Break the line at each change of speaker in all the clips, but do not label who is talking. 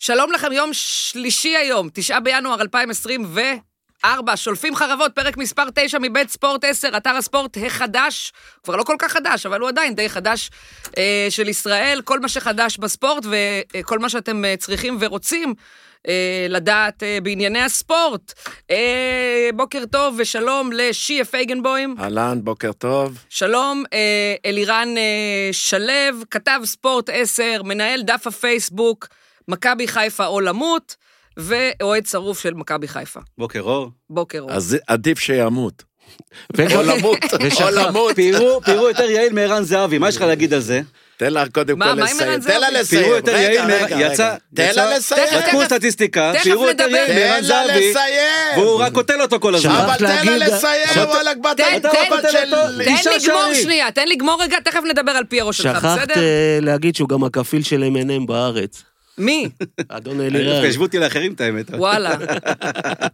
שלום לכם, יום שלישי היום, 9 בינואר 2024, שולפים חרבות, פרק מספר 9 מבית ספורט 10, אתר הספורט החדש, כבר לא כל כך חדש, אבל הוא עדיין די חדש אה, של ישראל, כל מה שחדש בספורט וכל מה שאתם אה, צריכים ורוצים. אה, לדעת אה, בענייני הספורט. אה, בוקר טוב ושלום לשיה פייגנבוים.
אהלן, בוקר טוב.
שלום, אה, אלירן אה, שלו, כתב ספורט 10, מנהל דף הפייסבוק, מכבי חיפה או למות, ואוהד שרוף של מכבי חיפה.
בוקר אור.
בוקר אור.
אז עדיף שימות.
ו-
או
אוקיי.
למות, או
ושחר,
למות.
פירו- פירו יותר יעיל מערן זהבי, מה יש לך להגיד על זה?
תן לה קודם
מה,
כל
מה עם
לסיים.
ערן
תן לה
זהבי?
לסיים.
פירו יותר
רגע,
יעיל,
רגע,
מ- יצא...
רגע. תן
יצא-
לה לסיים.
תכף,
בדקו סטטיסטיקה,
תכף
פירו יותר
נדבר.
יעיל
תן
מערן
לה
זהבי,
לסיים.
והוא רק קוטל אותו כל הזמן.
אבל תן לה
להגיד-
לסיים, וואלכ, בת
תן,
אתה
תן,
רק נותן
של...
אותו-
תן
אישה
לגמור
שערים.
שנייה, תן לגמור רגע, תכף נדבר על פי הראש שלך,
שכחת
בסדר?
אה, להגיד שהוא גם הכפיל של M&M בארץ.
מי?
אדון
אני
אלירן.
דווקא השוו אותי לאחרים את האמת.
וואלה.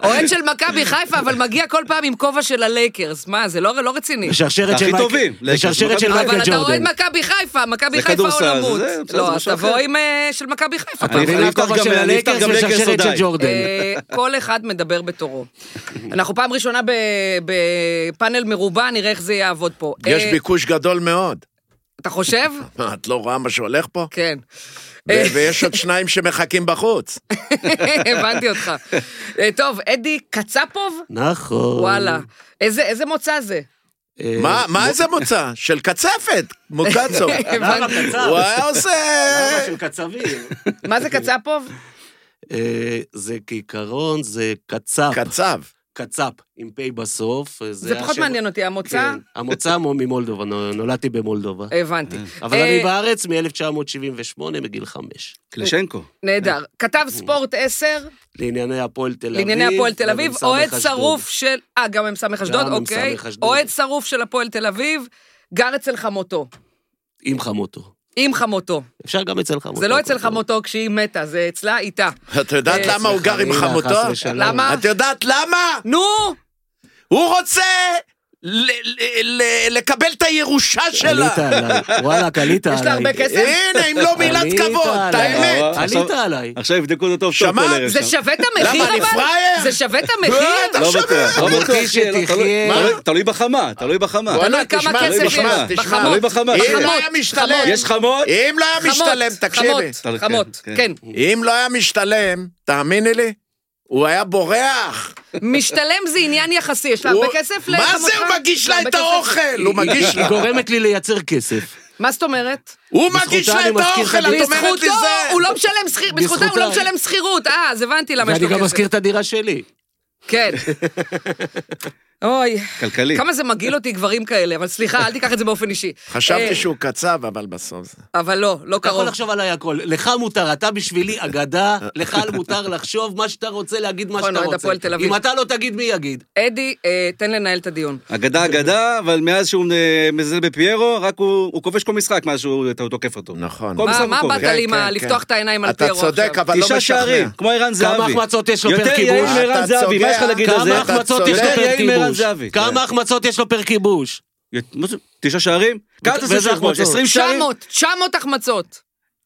אוהד של מכבי חיפה, אבל מגיע כל פעם עם כובע של הלייקרס. מה, זה לא לא רציני.
לשרשרת
הכי
של מייקל-
טובים, לקרס, מכבי
לשרשרת של
חיפה.
מייקל
אבל אתה אוהד
ג'ורדן.
מכבי חיפה, מכבי
זה
חיפה
כדורסל,
או למות.
זה בסדר,
לא,
זה
אז
משהו
תבוא
אחר.
עם אה, של מכבי חיפה.
אני-
מבין
אני
הכובע
אפתח גם-
של
אני אפתח
הלייקרס
גם לקרס
ושרשרת של
הודיי.
ג'ורדן.
אה, כל אחד מדבר בתורו. אנחנו פעם ראשונה ב- בפאנל מרובע, נראה איך זה יעבוד פה.
יש
אה,
ביקוש גדול מאוד.
אתה חושב?
מה, את לא רואה מה שהולך פה?
כן. אה,
ו- ויש עוד שניים שמחכים בחוץ.
הבנתי אותך. אה, טוב, אדי קצפוב?
נכון.
וואלה. איזה איזה מוצא זה?
אה,
מה- מה איזה מוצא? של קצפת, מוקצו.
למה
הבנתי.
קצב?
הוא היה עושה...
למה של קצבים?
מה זה קצפוב?
אה, זה כעיקרון, זה קצב.
קצב.
קצב, עם פ' בסוף. אה,
זה פחות
השם-
מעניין אותי, המוצא?
כן, המוצא מו- ממולדובה, נו- נולדתי במולדובה.
הבנתי.
אבל
אה,
אני בארץ מ-1978 מגיל חמש.
קלשנקו.
נהדר. כתב ספורט 10,
לענייני הפועל תל אביב.
לענייני הפועל תל אביב,
ומ"ס
אוהד
אשדוד.
שרוף של... אה, גם מ"ס אשדוד,
גם מ"ס
אוקיי.
אשדוד.
אוהד שרוף של הפועל תל אביב, גר אצל חמותו.
עם חמותו.
עם חמותו.
אפשר גם אצל חמותו.
זה לא אצל
הכל טוב.
חמותו כשהיא מתה, זה אצלה איתה.
את יודעת
אה,
למה הוא גר עם
חלילה,
חמותו?
חס ושלום.
למה?
את יודעת למה?
נו!
הוא רוצה ל- ל- ל- לקבל את הירושה שלה.
עלית עליי, וואלה, עלית עליי.
יש לה הרבה כסף?
הנה, אם לא מילת
עלית
כבוד, את
עליי.
האמת.
אה,
עלית
עכשיו-
עליי.
עכשיו יבדקו אותו טוב טוב
שמעת?
כל ערב
זה
שם.
שווה את המחיר
למה, אני
אבל?
פראייר?
זה שווה את
בטח.
המחיר?
לא
שווה.
בטוח,
אני
לא בטוח
רוצה
שיהיה, לא-
שתחיה.
תלוי-
מה?
תלוי- תלוי בחמה, תלוי בחמה.
וואלה,
כמה
תשמע,
כסף
תשמע,
יש לה,
תשמע.
בחמות.
תלוי בחמה.
אם
בחמות,
לא היה משתלם,
חמות.
יש חמות?
אם לא היה
חמות,
משתלם, תקשיבי,
חמות, חמות,
כן,
כן.
כן.
אם לא היה משתלם, תאמיני לי, הוא היה בורח.
משתלם זה עניין יחסי, יש לה הרבה
הוא-
כסף
מה זה, הוא מגיש לה
הרבה
את
כסף.
האוכל, הוא מגיש
היא
לה.
גורמת לי לייצר כסף.
מה זאת אומרת?
הוא
בזכותה
מגיש לה
אני
את
מזכיר
האוכל,
את
את אומרת לי
בזכותו הוא
זה.
לא משלם שכירות, בזכותם הוא
בזכותה.
לא משלם שכירות, אה, אז הבנתי למה יש
ואני
לו
גם
כסף.
מזכיר את הדירה שלי.
כן. אוי,
כלכלי.
כמה זה מגעיל אותי גברים כאלה, אבל סליחה, אל תיקח את זה באופן אישי. אה,
חשבתי שהוא קצב, אבל בסוף זה.
אבל לא, לא
אתה יכול
קרוב.
לחשוב עליי הכל. לך מותר, אתה בשבילי אגדה, לך מותר לחשוב מה שאתה רוצה, להגיד מה
נכון,
שאתה
אוהד
רוצה.
הפועל תל אביב.
אם אתה לא תגיד, מי יגיד?
אדי, אה, תן לנהל את הדיון.
אגדה אגדה, אבל מאז שהוא אה, מזלזל בפיירו, רק הוא הוא כובש כל משחק מאז שהוא אתה תוקף אותו.
נכון.
כל
מה-
משחק
מה
הוא
באת
כובש.
לי עם ה-
כן.
לפתוח את העיניים על פיירו
אתה צודק,
עכשיו.
אבל לא
תשעה
משכנע.
שערים, כמו ערן זהבי.
החמצות יש לו פר
יותר יעיל
כיבוש?
מערן
אתה
זהבי, מה יש לך
צוגע.
להגיד על זה?
כמה
אתה
החמצות
צודק.
יש לו
יעל
פר
מערן
כיבוש?
זהבי.
כמה החמצות יש לו פר כיבוש?
מה זה? תשעה שערים? כמה אתה עושה
ואיזה
שיכבוש?
החמצות?
20 שערים?
900, 900 החמצות.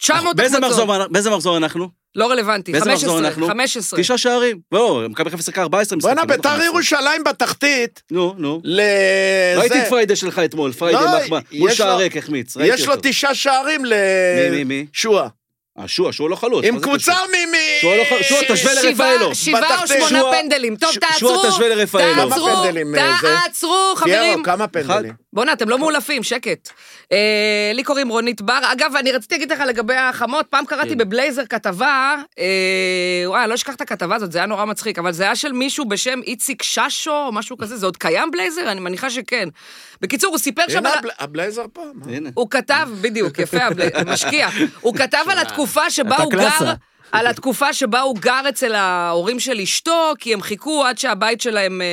900
באיזה
החמצות.
מחזור- באיזה מחזור אנחנו?
לא רלוונטי.
באיזה מחזור
15,
אנחנו?
15.
תשעה שערים. לא, מכבי חיפה שיחקה 14 משחקים.
בואנה,
לא
ביתר
15.
ירושלים בתחתית,
נו, נו.
לזה.
ראיתי את פריידה שלך אתמול,
לא,
פריידה מחמא.
יש
מול
לו-
שער ריק החמיץ, ראיתי
יש לו
אותו.
תשעה שערים
מי, מי?
לשועה.
השוע, שהוא לא חלוץ. מה
עם
זה
קבוצה
קשור?
מ... מ-
שהוא לא- שהוא
ש-
תשווה
ש-
לרפאלו.
שבעה או
בתחתית.
שמונה
שועה-
פנדלים. טוב,
ש-
תעצרו,
שועה תשווה לרפאלו.
תעצרו,
כמה פנדלים, אה, זה?
תעצרו, חברים.
פיירו, כמה פנדלים?
בואנה, אתם לא מאולפים, שקט. אה, לי קוראים רונית בר. אגב, אני רציתי להגיד לך לגבי החמות, פעם קראתי
כן.
בבלייזר כתבה, אה, וואי, לא אשכח את הכתבה הזאת, זה היה נורא מצחיק, אבל זה היה של מישהו בשם איציק ששו, או משהו כזה, זה עוד קיים בלייזר? אני מניחה שכן. בקיצור, הוא סיפר שם...
הנה
על ה-
הבל- הבלייזר פה. מה?
הנה.
הוא כתב, בדיוק, יפה, אבל- משקיע. הוא כתב על התקופה שבה
אתה
הוא גר...
קלאסה.
על התקופה שבה הוא גר אצל ההורים של אשתו, כי הם חיכו עד שהבית שלהם, אה,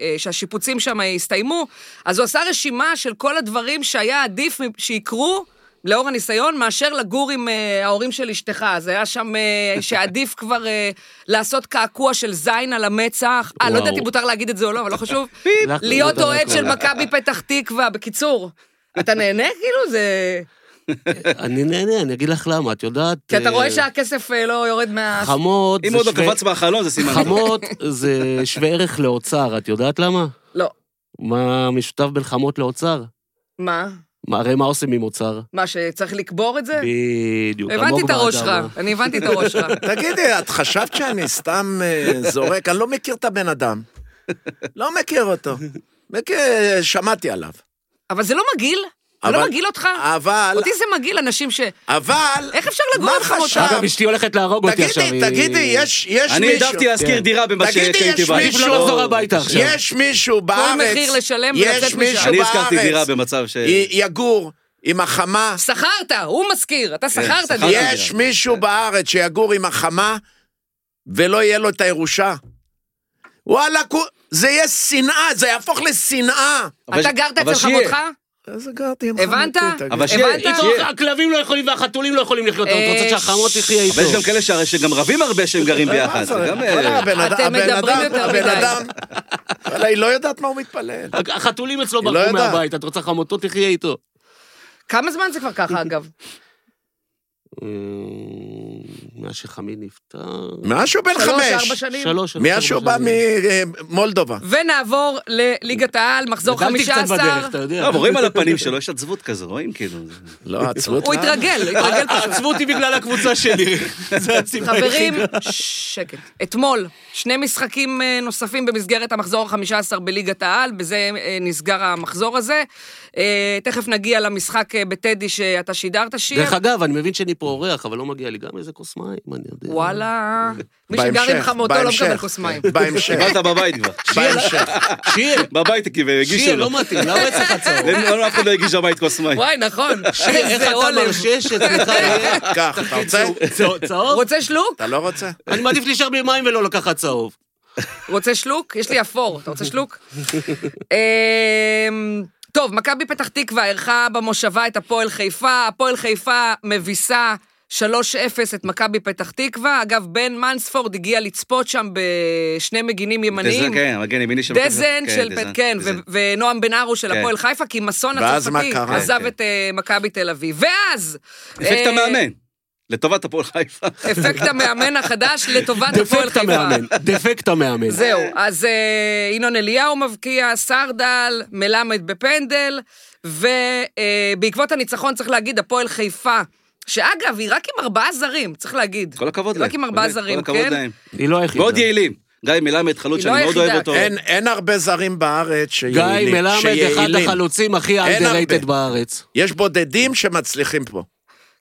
אה, שהשיפוצים שם יסתיימו. אז הוא עשה רשימה של כל הדברים שהיה עדיף מ- שיקרו, לאור הניסיון, מאשר לגור עם אה, ההורים של אשתך. אז היה שם אה, שעדיף כבר אה, לעשות קעקוע של זין על המצח. אה, לא
וואו.
יודעת אם מותר להגיד את זה או לא, אבל לא חשוב.
לך לא
להיות
מותר
אוהד
להגיד.
של מכבי פתח תקווה, בקיצור. אתה נהנה? כאילו זה...
אני נהנה, אני אגיד לך למה, את יודעת...
כי אתה
אה,
רואה שהכסף אה, לא יורד מה...
חמות...
אם
זה
עוד לא
שווה-
קפץ מהחלון, זה סימן. טוב.
חמות זה שווה ערך לאוצר, את יודעת למה?
לא.
מה משותף בין חמות לאוצר?
מה?
מה- הרי מה עושים עם אוצר?
מה, שצריך לקבור את זה?
בדיוק. לא.
הבנתי
עמוק
את הראש שלך,
באדמה.
אני הבנתי את הראש שלך.
תגידי, את חשבת שאני סתם אה, זורק? אני לא מכיר את הבן אדם. לא מכיר אותו. מכיר, שמעתי עליו.
אבל זה לא מגעיל? זה
אבל-
לא מגעיל אותך?
אבל,
אותי זה מגעיל, אנשים ש...
אבל...
איך אפשר לגור
מה
עם חמותה?
חשבת?
אגב, אשתי הולכת להרוג אותי עכשיו.
תגידי, תגידי, יש יש
אני
מישהו...
העדפתי להשכיר
כן.
דירה במה
תגידי, יש
שקניתי בית.
מישהו-
מישהו... לא לחזור הביתה עכשיו.
יש מישהו בארץ...
מחיר לשלם
יש
ולצאת
מישהו
משם.
אני הזכרתי
בארץ,
דירה במצב ש...
י- יגור עם החמה,
שכרת, הוא משכיר,
כן,
אתה שכרת.
שכרתי.
דירה.
יש מישהו בארץ שיגור עם החמה ולא יהיה לו את הירושה. וואלה, כו- זה יהיה שנאה, זה יהפוך לשנאה.
אבל-
אתה גרת
אבל
אצל
שיהיה.
חמותך?
איזה גרתי עם
הבנת?
חמותי, תגיד.
אבל
הבנת?
שיהיה,
איתו
שיהיה.
הכלבים לא יכולים והחתולים לא יכולים לחיות,
אה,
את רוצה שהחמות תחיה איתו.
אבל יש גם כאלה שהרי שגם רבים הרבה שהם גרים ביחד. זה גם... אה,
וואלה, הבן אדם,
אתם
הבן
מדברים
אדם,
יותר
הבן
מדי.
אדם, וואלה, היא לא יודעת מה הוא מתפלל.
הח- החתולים אצלו
היא לא
ברחו
יודעת.
מהבית, את רוצה חמותו תחיה איתו.
כמה זמן זה כבר ככה, אגב?
אה, מאז שחמי נפטר...
מאז שהוא בן
שלוש, ארבע
חמש,
שנים?
שלוש, שלוש,
מאז שהוא
ארבע
בא אה,
שנים.
ממולדובה.
ונעבור לליגת העל, מחזור
גדלתי קצת
15.
בדרך, אתה יודע.
טוב, רואים על הפנים שלו, יש עצבות כזה, רואים כאילו.
לא, עצבות.
הוא התרגל, הוא התרגל פשוט.
עצבו אותי בגלל הקבוצה שלי. זה הסיבה
חברים,
היחידה.
שקט. אתמול, שני משחקים אה, נוספים במסגרת המחזור ה-15 בליגת העל, בזה אה, נסגר המחזור הזה. אה, תכף נגיע למשחק אה, בטדי שאתה שידרת שיר.
דרך אגב, אני מבין שאני פה אורח, אבל לא מגיע לי גם איזה כוס מים, אני יודע.
וואלה. מי שגר עם
בהמשך,
חמותו לא
בהמשך, כן,
מקבל כוס מים.
כן.
בהמשך,
קיבלת בבית כבר.
בהמשך.
שיר,
בבית כאילו, הגישו
שיר,
לו.
לא מתאים, למה אצלך הצהוב?
אין- לא, אף אחד לא הגיש בבית כוס מים.
וואי, נכון.
שיר, איך
איזה
אתה
עולב.
מרשה שאצלך יהיה
קח, אתה רוצה?
צהוב- צהוב?
רוצה שלוק?
אתה לא רוצה?
אני מעדיף להישאר בלי מים ולא לקחת צהוב.
רוצה שלוק? יש לי אפור, אתה רוצה שלוק? אמ, טוב, מכבי פתח תקווה אירחה במושבה את הפועל חיפה, הפועל חיפה מביסה 3-0 את מכבי פתח תקווה. אגב, בן מנספורד הגיע לצפות שם בשני מגינים ימניים.
דזן, כן, מגן ימיני של...
דזן
כן,
של,
דזן,
כן,
דזן.
ו- ונועם בן ארו של
כן.
הפועל חיפה, כי מסון
ואז
הצרפתי
מה קרה?
עזב
כן.
את אה, מכבי תל אביב. ואז...
אפקט
אה,
המאמן. לטובת הפועל חיפה.
אפקט המאמן החדש לטובת הפועל
דפקט
חיפה.
המאמן, דפקט המאמן.
זהו, אז אה, ינון אליהו מבקיע, סרדל, מלמד בפנדל, ובעקבות הניצחון צריך להגיד, הפועל חיפה, שאגב, היא רק עם ארבעה זרים, צריך להגיד.
כל הכבוד
היא
להם.
רק עם ארבעה
באמת,
זרים,
כל הכבוד
כן?
להם.
היא לא היחידה.
ועוד יעילים. גיא מלמד, חלוץ
היא
שאני
לא
מאוד אוהב
היחידה,
אותו.
אין- אין הרבה זרים בארץ
גיא
שיעילים.
מלמד, אחד
שיעילים.
החלוצים הכי
אין הרבה.
underrated בארץ.
יש בודדים שמצליחים פה.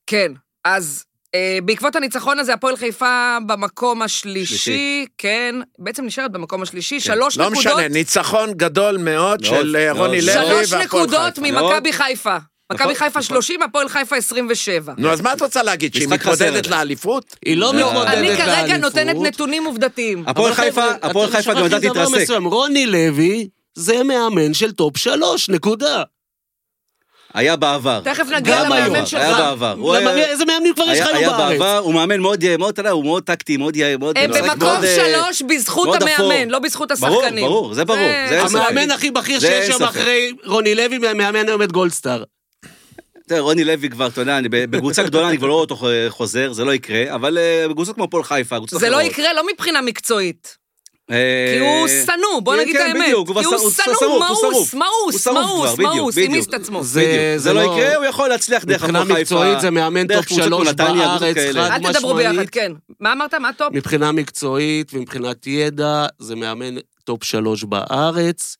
כן, אז אה, בעקבות הניצחון הזה, הפועל חיפה במקום השלישי,
שלישי. כן.
כן, בעצם נשארת במקום השלישי, שלוש
לא
נקודות,
משנה, ניצחון גדול מאוד של אה,
מאוד,
רוני
מאוד.
לוי והפועל
שלוש
חיפה.
נקודות ממכבי
מאוד.
חיפה. מכבי
נכון,
חיפה
נכון.
30, הפועל חיפה 27.
נו, אז מה את רוצה להגיד, שהיא
משחק חסר
מתמודדת
עליה.
לאליפות?
היא לא
אני
מתמודדת
אני
לאליפות.
כרגע נותנת נתונים עובדתיים.
אה. הפועל
אבל
חיפה,
חבר'ה,
הפועל
אתם
חיפה גם
שכחתם
יודעת
לא
דבר
להתרסק.
מסוים. רוני לוי זה מאמן של טופ שלוש, נקודה.
היה בעבר.
תכף נגיע
גם
למאמן
היום,
שלך.
היה בעבר. הוא
למה-
היה-
איזה מאמנים כבר יש לך
היה
היום
היה
בארץ?
בעבר, הוא מאמן מאוד, אה, מאוד, אתה יודע, הוא מאוד טקטי, מאוד יעיל, מאוד...
הם
משחק
במקום
מאוד, אה,
שלוש בזכות
מאוד אפור.
המאמן, לא בזכות
ברור,
השחקנים. אה,
ברור, זה ברור, זה אין ספק.
המאמן הכי בכיר
זה
שיש
אין
שם
ספק.
אחרי רוני לוי, מאמן היום את גולדסטאר.
תראה, רוני לוי כבר, אתה יודע, אני ב- בקבוצה גדולה אני כבר לא רואה אותו אה, חוזר, זה לא יקרה, אבל אה, בקבוצות כמו הפועל חיפה, קבוצות
זה לא
אחרות.
יקרה לא מבחינה מקצועית.
אה,
כי הוא שנוא, בוא
כן,
נגיד את
כן,
האמת.
בדיוק,
כי
הוא
הוא
שרוף,
שנוא,
הוא
מאוס,
שרוף. הוא
מאוס,
שרוף כבר,
מאוס,
בדיוק,
מאוס,
בדיוק.
המיס את עצמו.
זה-
בדיוק, זה לא יקרה, הוא יכול להצליח דרך הפועל
מבחינה
חיפה.
מקצועית זה מאמן
דרך
טופ
קבוצות
שלוש
כמו נתניה, קבוצות
בארץ,
כאלה.
חד
אל תדברו
משמעית.
ביחד, כן. מה אמרת? מה טופ?
מבחינה מקצועית ומבחינת ידע, זה מאמן טופ שלוש בארץ.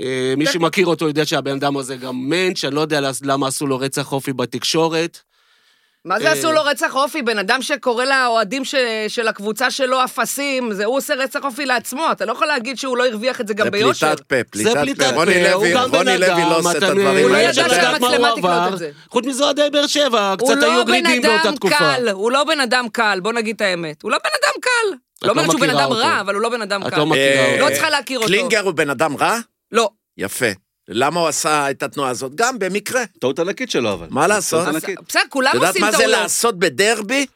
אה, מי
כן.
שמכיר אותו יודע שהבן אדם הזה גם מענץ', אני לא יודע למה עשו לו רצח אופי בתקשורת.
מה זה
אה,
עשו לו רצח אופי? בן אדם שקורא לאוהדים ש- של הקבוצה שלו אפסים, זה הוא עושה רצח אופי לעצמו, אתה לא יכול להגיד שהוא לא הרוויח את זה גם
זה
ביושר.
פליטת פה,
זה
פליטת
פליטת
פה. רוני
פה, הוא
לוי,
גם בן
רוני לוי
אדם,
לא עושה את
אתה-
הדברים
הוא לא
האלה.
ידע
אתה-
שהמצלמה תקלוט את זה.
חוץ מזה אוהדי באר שבע,
הוא
קצת
לא
היו
בן
גרידים
אדם
באותה תקופה.
קל, הוא לא בן אדם קל, בוא נגיד את האמת. הוא לא בן אדם קל.
לא
לא אומרת שהוא בן
מכירה
אדם
אותו.
רע, אבל הוא לא בן אדם
את
קל.
לא מכירה
אה,
אותו.
לא צריכה להכיר אותו.
קלינגר הוא בן אדם רע?
לא.
יפה. למה הוא עשה את התנועה הזאת? גם במקרה.
טעות ענקית שלו, אבל.
מה לעשות?
טעות
אז-
ענקית.
בסדר, כולם
את יודעת
עושים
מה זה
טעויות.
לעשות בדרבי?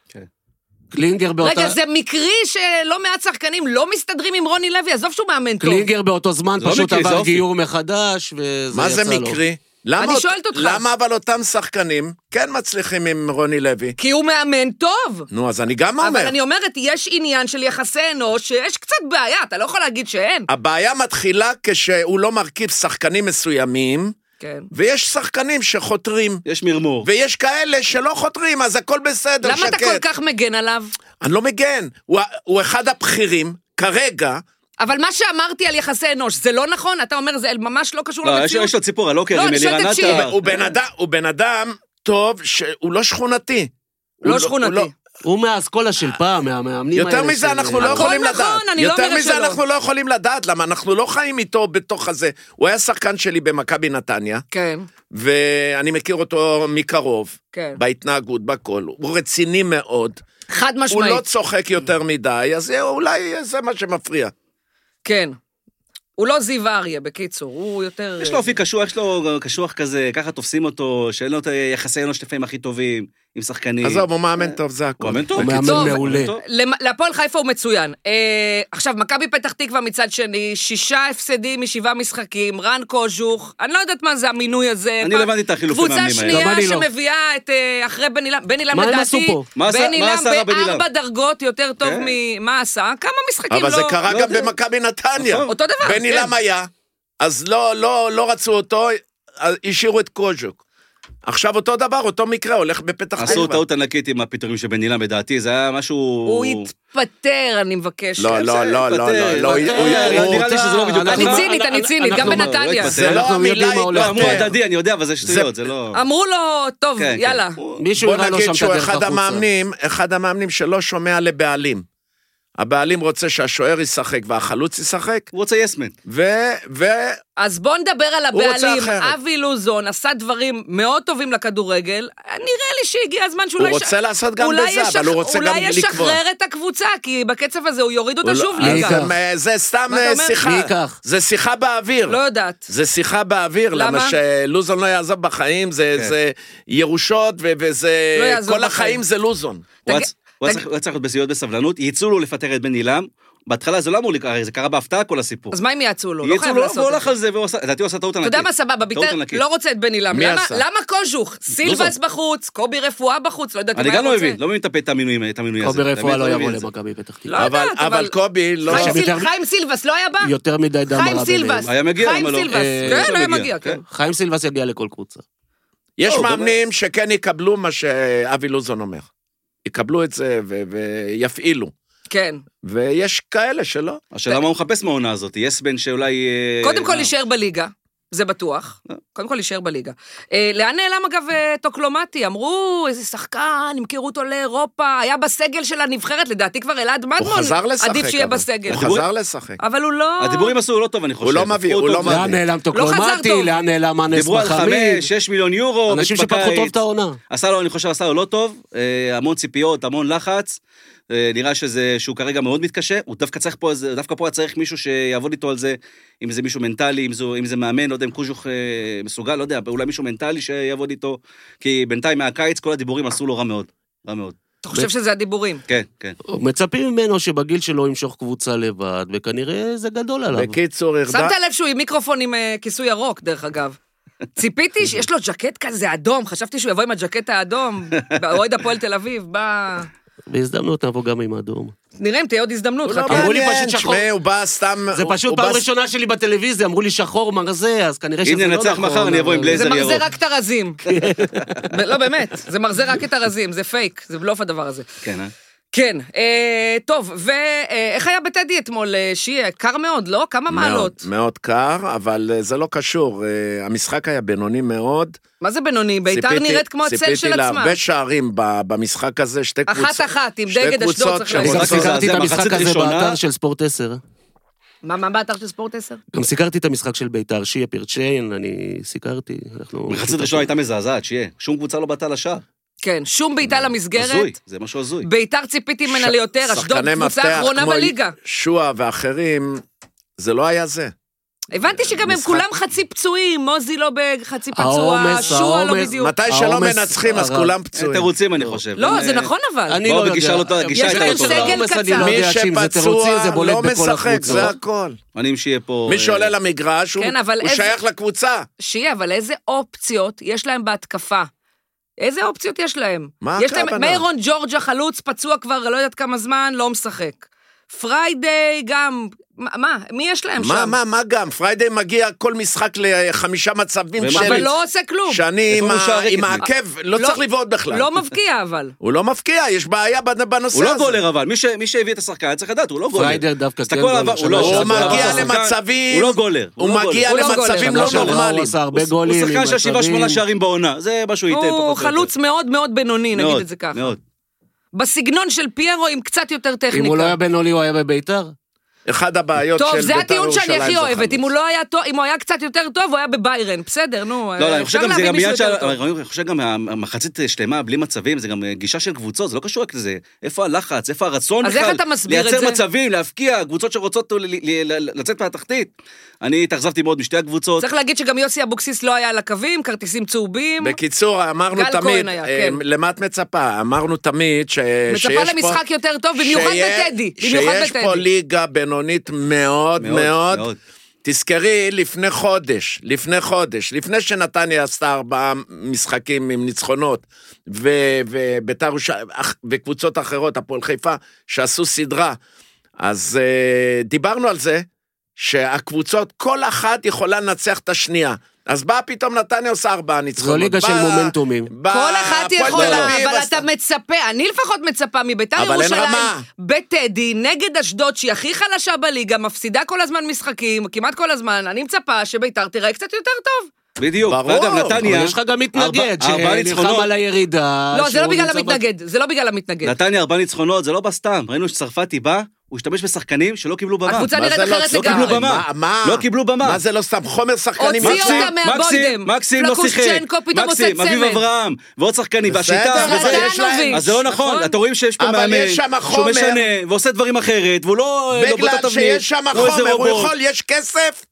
קלינגר באותה...
רגע, זה מקרי שלא מעט שחקנים לא מסתדרים עם רוני לוי, עזוב שהוא מאמן טוב.
קלינגר באותו זמן
זה לא
פשוט
מקרי, זה
עבר
אופי.
גיור מחדש, וזה יצא לו.
מה זה מקרי? למה
אני
אות-
שואלת אותך.
למה אבל אותם שחקנים כן מצליחים עם רוני לוי?
כי הוא מאמן טוב.
נו, אז אני גם
אבל
אומר.
אני אומרת, יש עניין של יחסי אנוש שיש קצת בעיה, אתה לא יכול להגיד שאין.
הבעיה מתחילה כשהוא לא מרכיב שחקנים מסוימים,
כן.
ויש שחקנים שחותרים,
יש מרמור.
ויש כאלה שלא חותרים, אז הכל בסדר,
למה
שקט.
אתה כל כך מגן עליו?
אני לא מגן, הוא, הוא אחד הבכירים, כרגע,
אבל מה שאמרתי על יחסי אנוש, זה לא נכון? אתה אומר, זה ממש לא קשור
לא, יש-
למציאות?
יש לו ציפור על
לא,
הלוקר עם
אני
אלירן
שואלת את שיר.
עטר.
הוא בן אדם, הוא בן אדם טוב, שהוא לא שכונתי.
לא
הוא
שכונתי.
הוא לא-
הוא מהאסכולה של פעם, מהמאמנים האלה.
יותר מזה
של- אה,
אנחנו לא
הכל
יכולים
נכון,
לדעת.
אני לא
יותר
אומרת
מזה
שלא.
אנחנו לא יכולים לדעת, למה אנחנו לא חיים איתו בתוך הזה. הוא היה שחקן שלי במכבי נתניה,
כן,
ואני מכיר אותו מקרוב,
כן.
בהתנהגות, בכל. הוא רציני מאוד,
חד
הוא
משמעית.
לא צוחק יותר מדי, אז אולי זה מה שמפריע.
אה.
כן. הוא לא זיו אריה, בקיצור, הוא יותר... אה,
יש לו אופי קשוח, יש לו קשוח כזה, ככה תופסים אותו, שאין לו את היחסי אנוש לפעמים הכי טובים, עם שחקנים.
עזוב, הוא מאמן טוב, זה הכול.
הוא מאמן טוב.
הוא מאמן
בקיצור.
מעולה.
טוב.
למ- להפועל חיפה הוא מצוין. אה, עכשיו, מכבי פתח תקווה מצד שני, שישה הפסדים משבעה משחקים, רן קוז'וך, אני לא יודעת מה זה המינוי הזה.
אני
פעם-
לא הבנתי את החילופי מאמנים
קבוצה
האלה.
גם אני
שנייה
לא.
שמביאה את... אה, אחרי בן אילם, בן אילם
מה הם
לדעתי...
עשו פה?
מה עשה-
בן
מה
אילם
עשה רע בן אילם?
בארבע דרגות יותר טוב
כן.
ממה עשה, כמה משחקים לא...
אבל זה קרה
לא
גם
יודע.
במכבי נתניה.
נכון.
אותו דבר,
בן אילם
כן.
היה, אז לא- לא לא רצו אותו, אז השאירו את קוז'וק. עכשיו אותו דבר, אותו מקרה, הולך
לא,
בפתח
עשו
תקווה.
טעות ענקית עם הפיטורים של בן אילם, לדעתי, זה היה משהו...
הוא התפטר, אני מבקשת.
לא, לא, לא, לא, לא, לא,
אה,
פטר,
הוא- הוא-
נראה לי שזה לא בדיוק
אני
ככה.
צינית, אני צינית, גם
אנחנו-
בנתניה.
לא,
זה
אנחנו
לא המילה
יודעים מה הולך.
לא, אמרו
התפטר.
הדדי, אני יודע, אבל זה שטויות, זה לא...
אמרו לו, טוב,
כן, כן.
יאללה.
מישהו
בוא
הראה לו שם
נגיד
את
שהוא
הדרך
אחד
החוצה.
המאמנים, אחד המאמנים שלא שומע לבעלים. הבעלים רוצה שהשוער ישחק והחלוץ ישחק,
הוא רוצה יסמן.
ו- ו-
אז בואו נדבר על
הוא רוצה
הבעלים.
אחרת.
אבי לוזון עשה דברים מאוד טובים לכדורגל, נראה לי שהגיע הזמן
הוא
שאולי... ש-
רוצה לעשות גם
אולי
בזה, אבל הוא רוצה גם
אולי
לקבוע.
ישחרר את הקבוצה, כי בקצב הזה הוא יוריד אותה
הוא לא-
שוב
אז
ליגה.
ייקח.
הם, אה, זה סתם
מה אתה
אה,
אומר?
שיחה.
מי ייקח?
זה שיחה באוויר.
לא יודעת.
זה שיחה באוויר,
למה?
למה שלוזון לא יעזוב בחיים, זה,
כן.
זה ירושות ו- וזה...
לא יעזוב
כל החיים
בחיים.
זה לוזון.
הוא היה
תגיד-
צ- הוא היה צריך- הוא היה צריך להיות בסיוט בסבלנות, ייצאו לו לפטר את בן אילם. בהתחלה זה לא אמור לקרות, הרי זה קרה בהפתעה כל הסיפור.
אז מה אם יעצו לו? לא
ייצאו
חייב
לו, והוא
לעשות את
הלך
זה.
על זה, והוא עשה- לדעתי הוא עשה טעות
אתה
ענקית.
יודע מה סבבה,
טעות
ביטל,
ענקית.
לא רוצה את בן אילם.
מי
למה-
עשה?
למה קוז'וך? סילבס
לוזון.
בחוץ, קובי רפואה בחוץ, לא יודעת מה
אני
היה
גם לא
רוצה.
מבין, לא מבין את הפ- את המינוי את המינוי הזה.
קובי רפואה
באמת
לא
מבין
יבוא
את זה.
למכבי פתח
לא
תקווה.
אבל,
יודעת, אבל-
אבל קובי לא...
חיים
עכשיו,
סיל-
יותר-
חיים סילבס לא היה בא?
יותר מדי דם
חיים
רע
סילבס.
ביניהם.
היה מגיע,
חיים
למה לא?
סילבס.
אה,
כן, היה
היה
מגיע,
מגיע,
כן.
כן.
חיים סילבס יגיע לכל קבוצה.
יש
לא,
מאמנים שכן יקבלו מה שאבי לוזון אומר. יקבלו את זה ו- ויפעילו.
כן.
ויש כאלה שלא.
השאלה מה הוא מחפש מהעונה הזאת, יסבן שאולי... אה,
קודם כל
מה?
להישאר בליגה, זה בטוח.
אה.
קודם כל להישאר בליגה. אה, לאן נעלם אגב אה, טוקלומטי? אמרו, איזה שחקן, ימכרו אותו לאירופה, היה בסגל של הנבחרת, לדעתי כבר אלעד מדמון.
הוא חזר לשחק.
עדיף שיהיה
אבל.
בסגל.
הוא חזר לשחק.
אבל הוא לא...
הדיבורים עשו הוא לא טוב, אני חושב.
לא מביא,
הפכו
הוא
אותו-
לא מביא.
לאן נעלם
חזר טוב.
טוקלומטי, לאן נעלם אנס
דיברו על
מחמיד.
חמש, שש מיליון יורו,
אנשים
בקיץ.
שפתחו טוב את העונה.
עשה לו, אני חושב, עשה לו לא טוב, אה, המון ציפיות, המון לחץ. אה, נראה שזה, שהוא כרגע מאוד מתקשה, הוא דווקא צריך פה, איזה- דווקא פה היה צריך מישהו שיעבוד איתו על זה, אם זה מישהו מנטלי, אם, זו, אם זה מאמן, לא יודע אם קוז'וך אה, מסוגל, לא יודע, אולי מישהו מנטלי שיעבוד איתו, כי בינתיים מהקיץ כל הדיבורים עשו לו רע מאוד, רע מאוד.
אתה חושב שזה הדיבורים.
כן, כן.
מצפים ממנו שבגיל שלו ימשוך קבוצה לבד, וכנראה זה גדול עליו.
בקיצור, ירדה...
שמת לב שהוא עם מיקרופון עם אה, כיסוי ירוק, דרך אגב. ציפיתי שיש לו ג'קט כזה אדום, חשבתי שהוא יבוא עם הג'קט האדום, באוהד הפועל תל אביב, בא...
בהזדמנות נבוא גם עם אדום.
נראה אם תהיה עוד הזדמנות,
הוא לא
חכה.
אמרו לי
מעניין,
פשוט שחור.
שמע, הוא בא סתם...
זה
הוא-
פשוט
הוא
פעם
בא-
ראשונה שלי בטלוויזיה, אמרו לי שחור מרזה, אז כנראה
הנה,
שזה לא נכון.
נצח מחר, אני אבוא עם
אבל-
בלייזר.
זה
ירוק.
מרזה רק את הרזים.
כן.
ב- לא, באמת, זה מרזה רק את הרזים, זה פייק, זה בלוף הדבר הזה.
כן, אה?
כן, אה, טוב, ואיך היה בטדי אתמול, אה, שיהיה? קר מאוד, לא? כמה מעלות?
מאוד, מאוד קר, אבל אה, זה לא קשור. אה, המשחק היה בינוני מאוד.
מה זה בינוני? ביתר
ציפיתי-
נראית כמו הצל של
ציפיתי
עצמה.
להרבה שערים ב- במשחק הזה, שתי
אחת
קבוצות.
אחת, עם
שתי
דגל אשדוד
קבוצות
צריך
אני גם
המשחק
שרוצות-
הזה,
סיקרתי את המשחק
מחצית
הזה
ראשונה.
באתר של ספורט 10.
מה, מה באתר של ספורט 10?
גם סיקרתי את המשחק של ביתר, שיהיה פרצ'יין, אני סיקרתי. אנחנו-
מחצית ראשונה הייתה מזעזעת, שיהיה. שום קבוצה לא בעטה לשער.
כן, שום בעיטה
הזוי,
למסגרת.
זה משהו הזוי.
ביתר ציפיתי ממנה ליותר, אשדוד
שחקני
קבוצה
מפתח
אחרונה
כמו
בליגה.
שועה ואחרים, זה לא היה זה.
הבנתי שגם הם
משחק-
כולם חצי פצועים, מוזי לא בחצי פצוע,
העומס,
שועה לא
העומס.
בדיוק.
מתי שלא
העומס
מנצחים, אז
הרב.
כולם פצועים.
תירוצים, אני חושב.
לא,
הם,
זה
אה,
נכון אבל.
אני
בוא,
לא יודע.
בגישה לא טובה, הגישה
יש
הייתה
כאן
לא טובה.
סגל
העומס,
קצר.
אני לא
מי
מי
יודע
שפצוע
שפצוע לא משחק, זה
הקבוצות.
הכל.
מעניין שיהיה פה...
מי
אה,
שעולה למגרש, הוא
כן, אבל
הוא
איזה-
שייך לקבוצה.
שיהיה, אבל איזה אופציות יש להם בהתקפה? איזה אופציות יש להם?
מה
יש להם
הכוונה?
מיירון ג'ורג'ה חלוץ, פצוע כבר לא יודעת כמה זמן, לא משחק. פריידיי גם, מה, מה, מי יש להם
מה,
שם?
מה, מה גם? פריידי מגיע כל משחק לחמישה מצבים
ומה-
אבל
שלי.
לא עושה כלום.
שאני עם
איפה הוא
ה-
שער
עם
ריקני?
העקב, לא צריך לבעוט בכלל.
לא מבקיע אבל.
הוא לא מפקיע, יש בעיה בנ- בנושא
הוא
הזה.
לא גולר אבל, מי ש- מי שהביא את השחקן צריך לדעת, הוא לא גולר.
פריידר דווקא
תסתכל
כן גולר,
עליו,
שנה
לא,
הוא
שעברה.
תסתכל עליו,
מגיע
השחקן-
למצבים,
הוא לא גולר.
הוא מגיע
הוא לא גולר.
למצבים
שנה
לא
שעברה
נורמליים.
הוא עשה הרבה
הוא-
גולים.
הוא שחקן של שבעה
מצבים.
שמונה שערים בעונה, זה מה שהוא ייתן פחות או
הוא
יותר.
חלוץ מאוד מאוד בינוני, נגיד
מאוד,
את זה ככה.
מאוד.
בסגנון של פיירו עם קצת יותר
אם הוא לא
טכניקה.
היה בינוני, הוא היה בביתר?
אחד הבעיות של בית"ר
טוב, זה
ירושלים.
הטיעון שאני הכי
זה
אוהבת.
חלוץ.
אם הוא לא היה טוב, אם הוא היה קצת יותר טוב, הוא היה בביירן. בסדר, נו. אה,
לא, לא, אני
אפשר
חושב גם זה
להביא
גם
מישהו
מיד של...
יותר טוב.
אבל אני חושב גם המחצית שלמה, בלי מצבים, זה גם אה, גישה של קבוצות, זה לא קשור רק לזה. איפה הלחץ, איפה הרצון
אז
בכלל?
איך אתה מסביר את זה?
לייצר מצבים, להבקיע, קבוצות שרוצות ל- ל- ל- לצאת מהתחתית. אני התאכזבתי מאוד משתי הקבוצות.
צריך להגיד שגם יוסי אבוקסיס לא היה על הקווים, כרטיסים צהובים.
בקיצור, אמרנו
לא- גל
תמיד,
כהן היה,
אה,
כן.
למה את מצפה? אמרנו תמיד ש- שיש פה...
מצפה למשחק יותר טוב, במיוחד
שיה-
בטדי. במיוחד
שיש פה
בטדי.
ליגה בינונית מאוד מאוד.
מאוד.
תזכרי, לפני חודש, לפני חודש, לפני שנתניה עשתה ארבעה משחקים עם ניצחונות, ו- וביתר ירושלים, אח- וקבוצות אחרות, הפועל חיפה, שעשו סדרה, אז אה, דיברנו על זה, שהקבוצות, כל אחת יכולה לנצח את השנייה. אז באה פתאום נתניה עושה ארבעה ניצחונות.
ליגה של
באה-
מומנטומים.
באה
כל אחת
הפועל תל
יכולה,
אביב
אבל
עשתה-
אתה מצפה, אני לפחות מצפה מביתר
אבל אין
ירושלים,
רמה.
בטדי, נגד אשדוד, שהיא הכי חלשה בליגה, מפסידה כל הזמן משחקים, כמעט כל הזמן, אני מצפה שביתר תיראה קצת יותר טוב.
בדיוק.
ברור.
ואגב,
אבל
נתניה...
יש לך גם מתנגד,
ארבע- ארבעה
שנלחם
ניצחונות.
על הירידה.
לא, זה לא
שהוא
בגלל
אה, נמצא ב-
המתנגד, זה לא בגלל המתנגד.
נתניה ארבע ניצחונות, זה לא בא סתם. ראינו שצרפתי בא, הוא השתמש בשחקנים שלא קיבלו במה.
הקבוצה
מה
נראית
זה לא-
אחרת
לא קיבלו
לגמרי.
במה.
מה- מה?
לא קיבלו במה.
מה זה לא סתם חומר שחקנים?
הוציאו
מקסים?
אותם מהבולדם.
מקסים לא שיחק,
פלקושצ'נקו פתאום עושה
מקסים,
צמד.
אביב אברהם, ועוד שחקנים,
בסדר,
והשיטה,
אבל
וזה,
יש להם-
זלטנוביץ',
אז זה לא נכון,
נכון?
אתה רואים שיש פה
אבל
מאמן,
יש שם
שהוא
חומר.
משנה, ועושה דברים אחרת, והוא לא לא בוטה
בגלל
תבנית,
שיש שם
הוא איזה
חומר, הוא
רובוט.
יכול, יש כסף,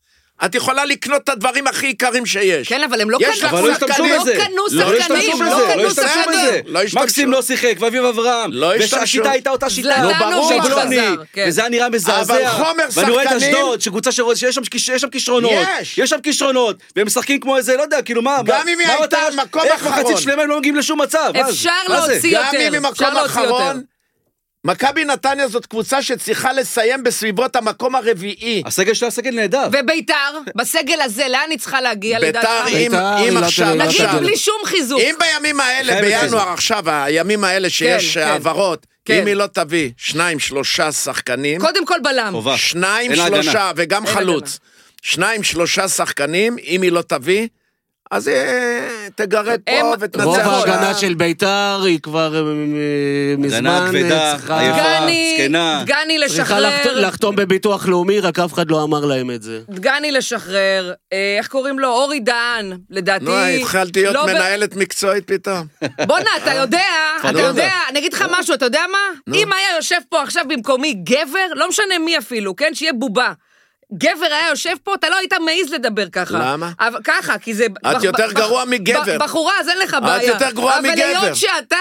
את יכולה לקנות את הדברים הכי יקרים שיש.
כן, אבל הם לא
יש
קנו.
לך
אבל לא השתמשו
שחקנים.
לא
בזה.
קנו
לא
שחקנים,
השתמשו
לא
בזה,
קנו
לא השתמשו
שחקנים.
בזה.
לא השתמשו.
מקסים לא שיחק, ואביב אברהם.
לא השתמשו.
והשיטה הייתה אותה שיטה.
זלטנוביץ'
נו, ברור.
שבלוני,
חזר, לא, כן.
וזה היה נראה מזעזע.
אבל חומר
ואני רואה את
שחקנים-
אשדוד, שקבוצה שרוצה- שיש שם כיש- יש שם כישרונות.
יש.
יש שם כישרונות, והם משחקים כמו איזה, לא יודע, כאילו מה...
גם
מה-
אם היא
מה
הייתה
המטרה-
מקום
איך מחצית
אחרון.
שלמה הם לא מגיעים לשום מצב? מה זה?
אפשר
מה זה?
להוציא
גם
יותר,
אם היא
אפשר
מקום
להוציא יותר.
אחרון, מכבי נתניה זאת קבוצה שצריכה לסיים בסביבות המקום הרביעי.
הסגל שלה סגל נהדר.
וביתר, בסגל הזה, לאן היא צריכה להגיע לדעתך?
ביתר, אם-
ביתר,
אם
לא
עכשיו,
תלוי, לא
נגיד
עכשיו,
תלוי.
בלי שום חיזוק.
אם בימים האלה,
חייבת
בינואר
לזה.
עכשיו, הימים האלה שיש
כן.
העברות,
כן.
אם היא לא תביא שניים, שלושה שחקנים,
קודם כל בלם.
חובה.
שניים,
אין לה הגנה.
שלושה, וגם
אין
חלוץ. שניים, שלושה שחקנים, אם היא לא תביא, אז אה, תגרד
הם-
פה ותנצח.
רוב
נכון.
ההגנה
שם.
של ביתר היא כבר אה, אה,
הגנה
מזמן
כבדה,
אה, צריכה...
עייפה.
דגני,
זקנה.
דגני
צריכה לחת-
כן, לשחרר,
לחתום בביטוח לאומי, רק אף אחד לא אמר להם את זה.
דגני לשחרר, אה, איך קוראים לו? אורי דהן, לדעתי.
נו, התחלתי להיות
לא ב-
מנהלת מקצועית פתאום.
בואנה, אתה יודע, אתה
לא
יודע, אני אגיד לך משהו, אתה יודע מה? אם היה יושב פה עכשיו במקומי גבר, לא משנה מי אפילו, כן? שיהיה בובה. גבר היה יושב פה, אתה לא היית מעז לדבר ככה.
למה?
אבל ככה, כי זה...
את יותר גרוע מגבר.
ב- בחורה, אז אין לך בעיה.
יותר גרועה
אבל
מגבר.
היות שאתה,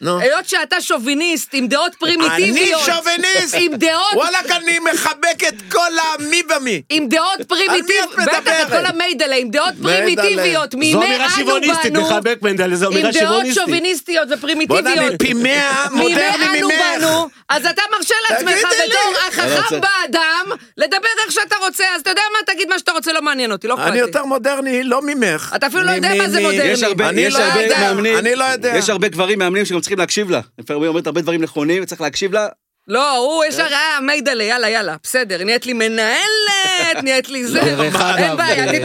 נו.
היות שאתה שוביניסט, עם דעות
אני
פרימיטיביות.
שוביניסט!
עם דעות
וואלכ, אני מחבק את כל המי במי.
עם דעות פרימיטיביות,
על מי את
בטח את כל
מדברת?
המיידלה, עם דעות
מיידלה.
פרימיטיביות, מימי אנו
זו
באנו.
אמירה שיווניסטית, מחבק מנדל, זו אמירה
עם דעות
שיווניסטית.
שוביניסטיות
בוא'נה,
ופרימיטיביות.
אני פי מאה
מימי
מודרני
אנו
ממך.
באנו, אז אתה מרשה לעצמך
תגידי לי.
בתור
אני
החכם
רוצה-
באדם, לדבר איך שאתה רוצה, אז אתה יודע מה, תגיד מה שאתה רוצה, לא מעניין אותי, לא אכפת
אני
לי.
יותר מודרני, לא ממך.
אתה אפילו לא
מי-
יודע
מי-
מה זה
מי-
מודרני.
יש הרבה,
אני
יש
לא
הרבה
יודע,
מאמנים,
אני לא יודע.
יש הרבה גברים מאמנים שגם צריכים להקשיב לה. לפעמים היא אומרת הרבה דברים נכונים, וצריך להקשיב לה.
לא, הוא ישר היה מיידלה, יאללה, יאללה, בסדר, נהיית לי מנהלת, נהיית לי זה,
דרך
אין
אגב,
בעיה,
אה,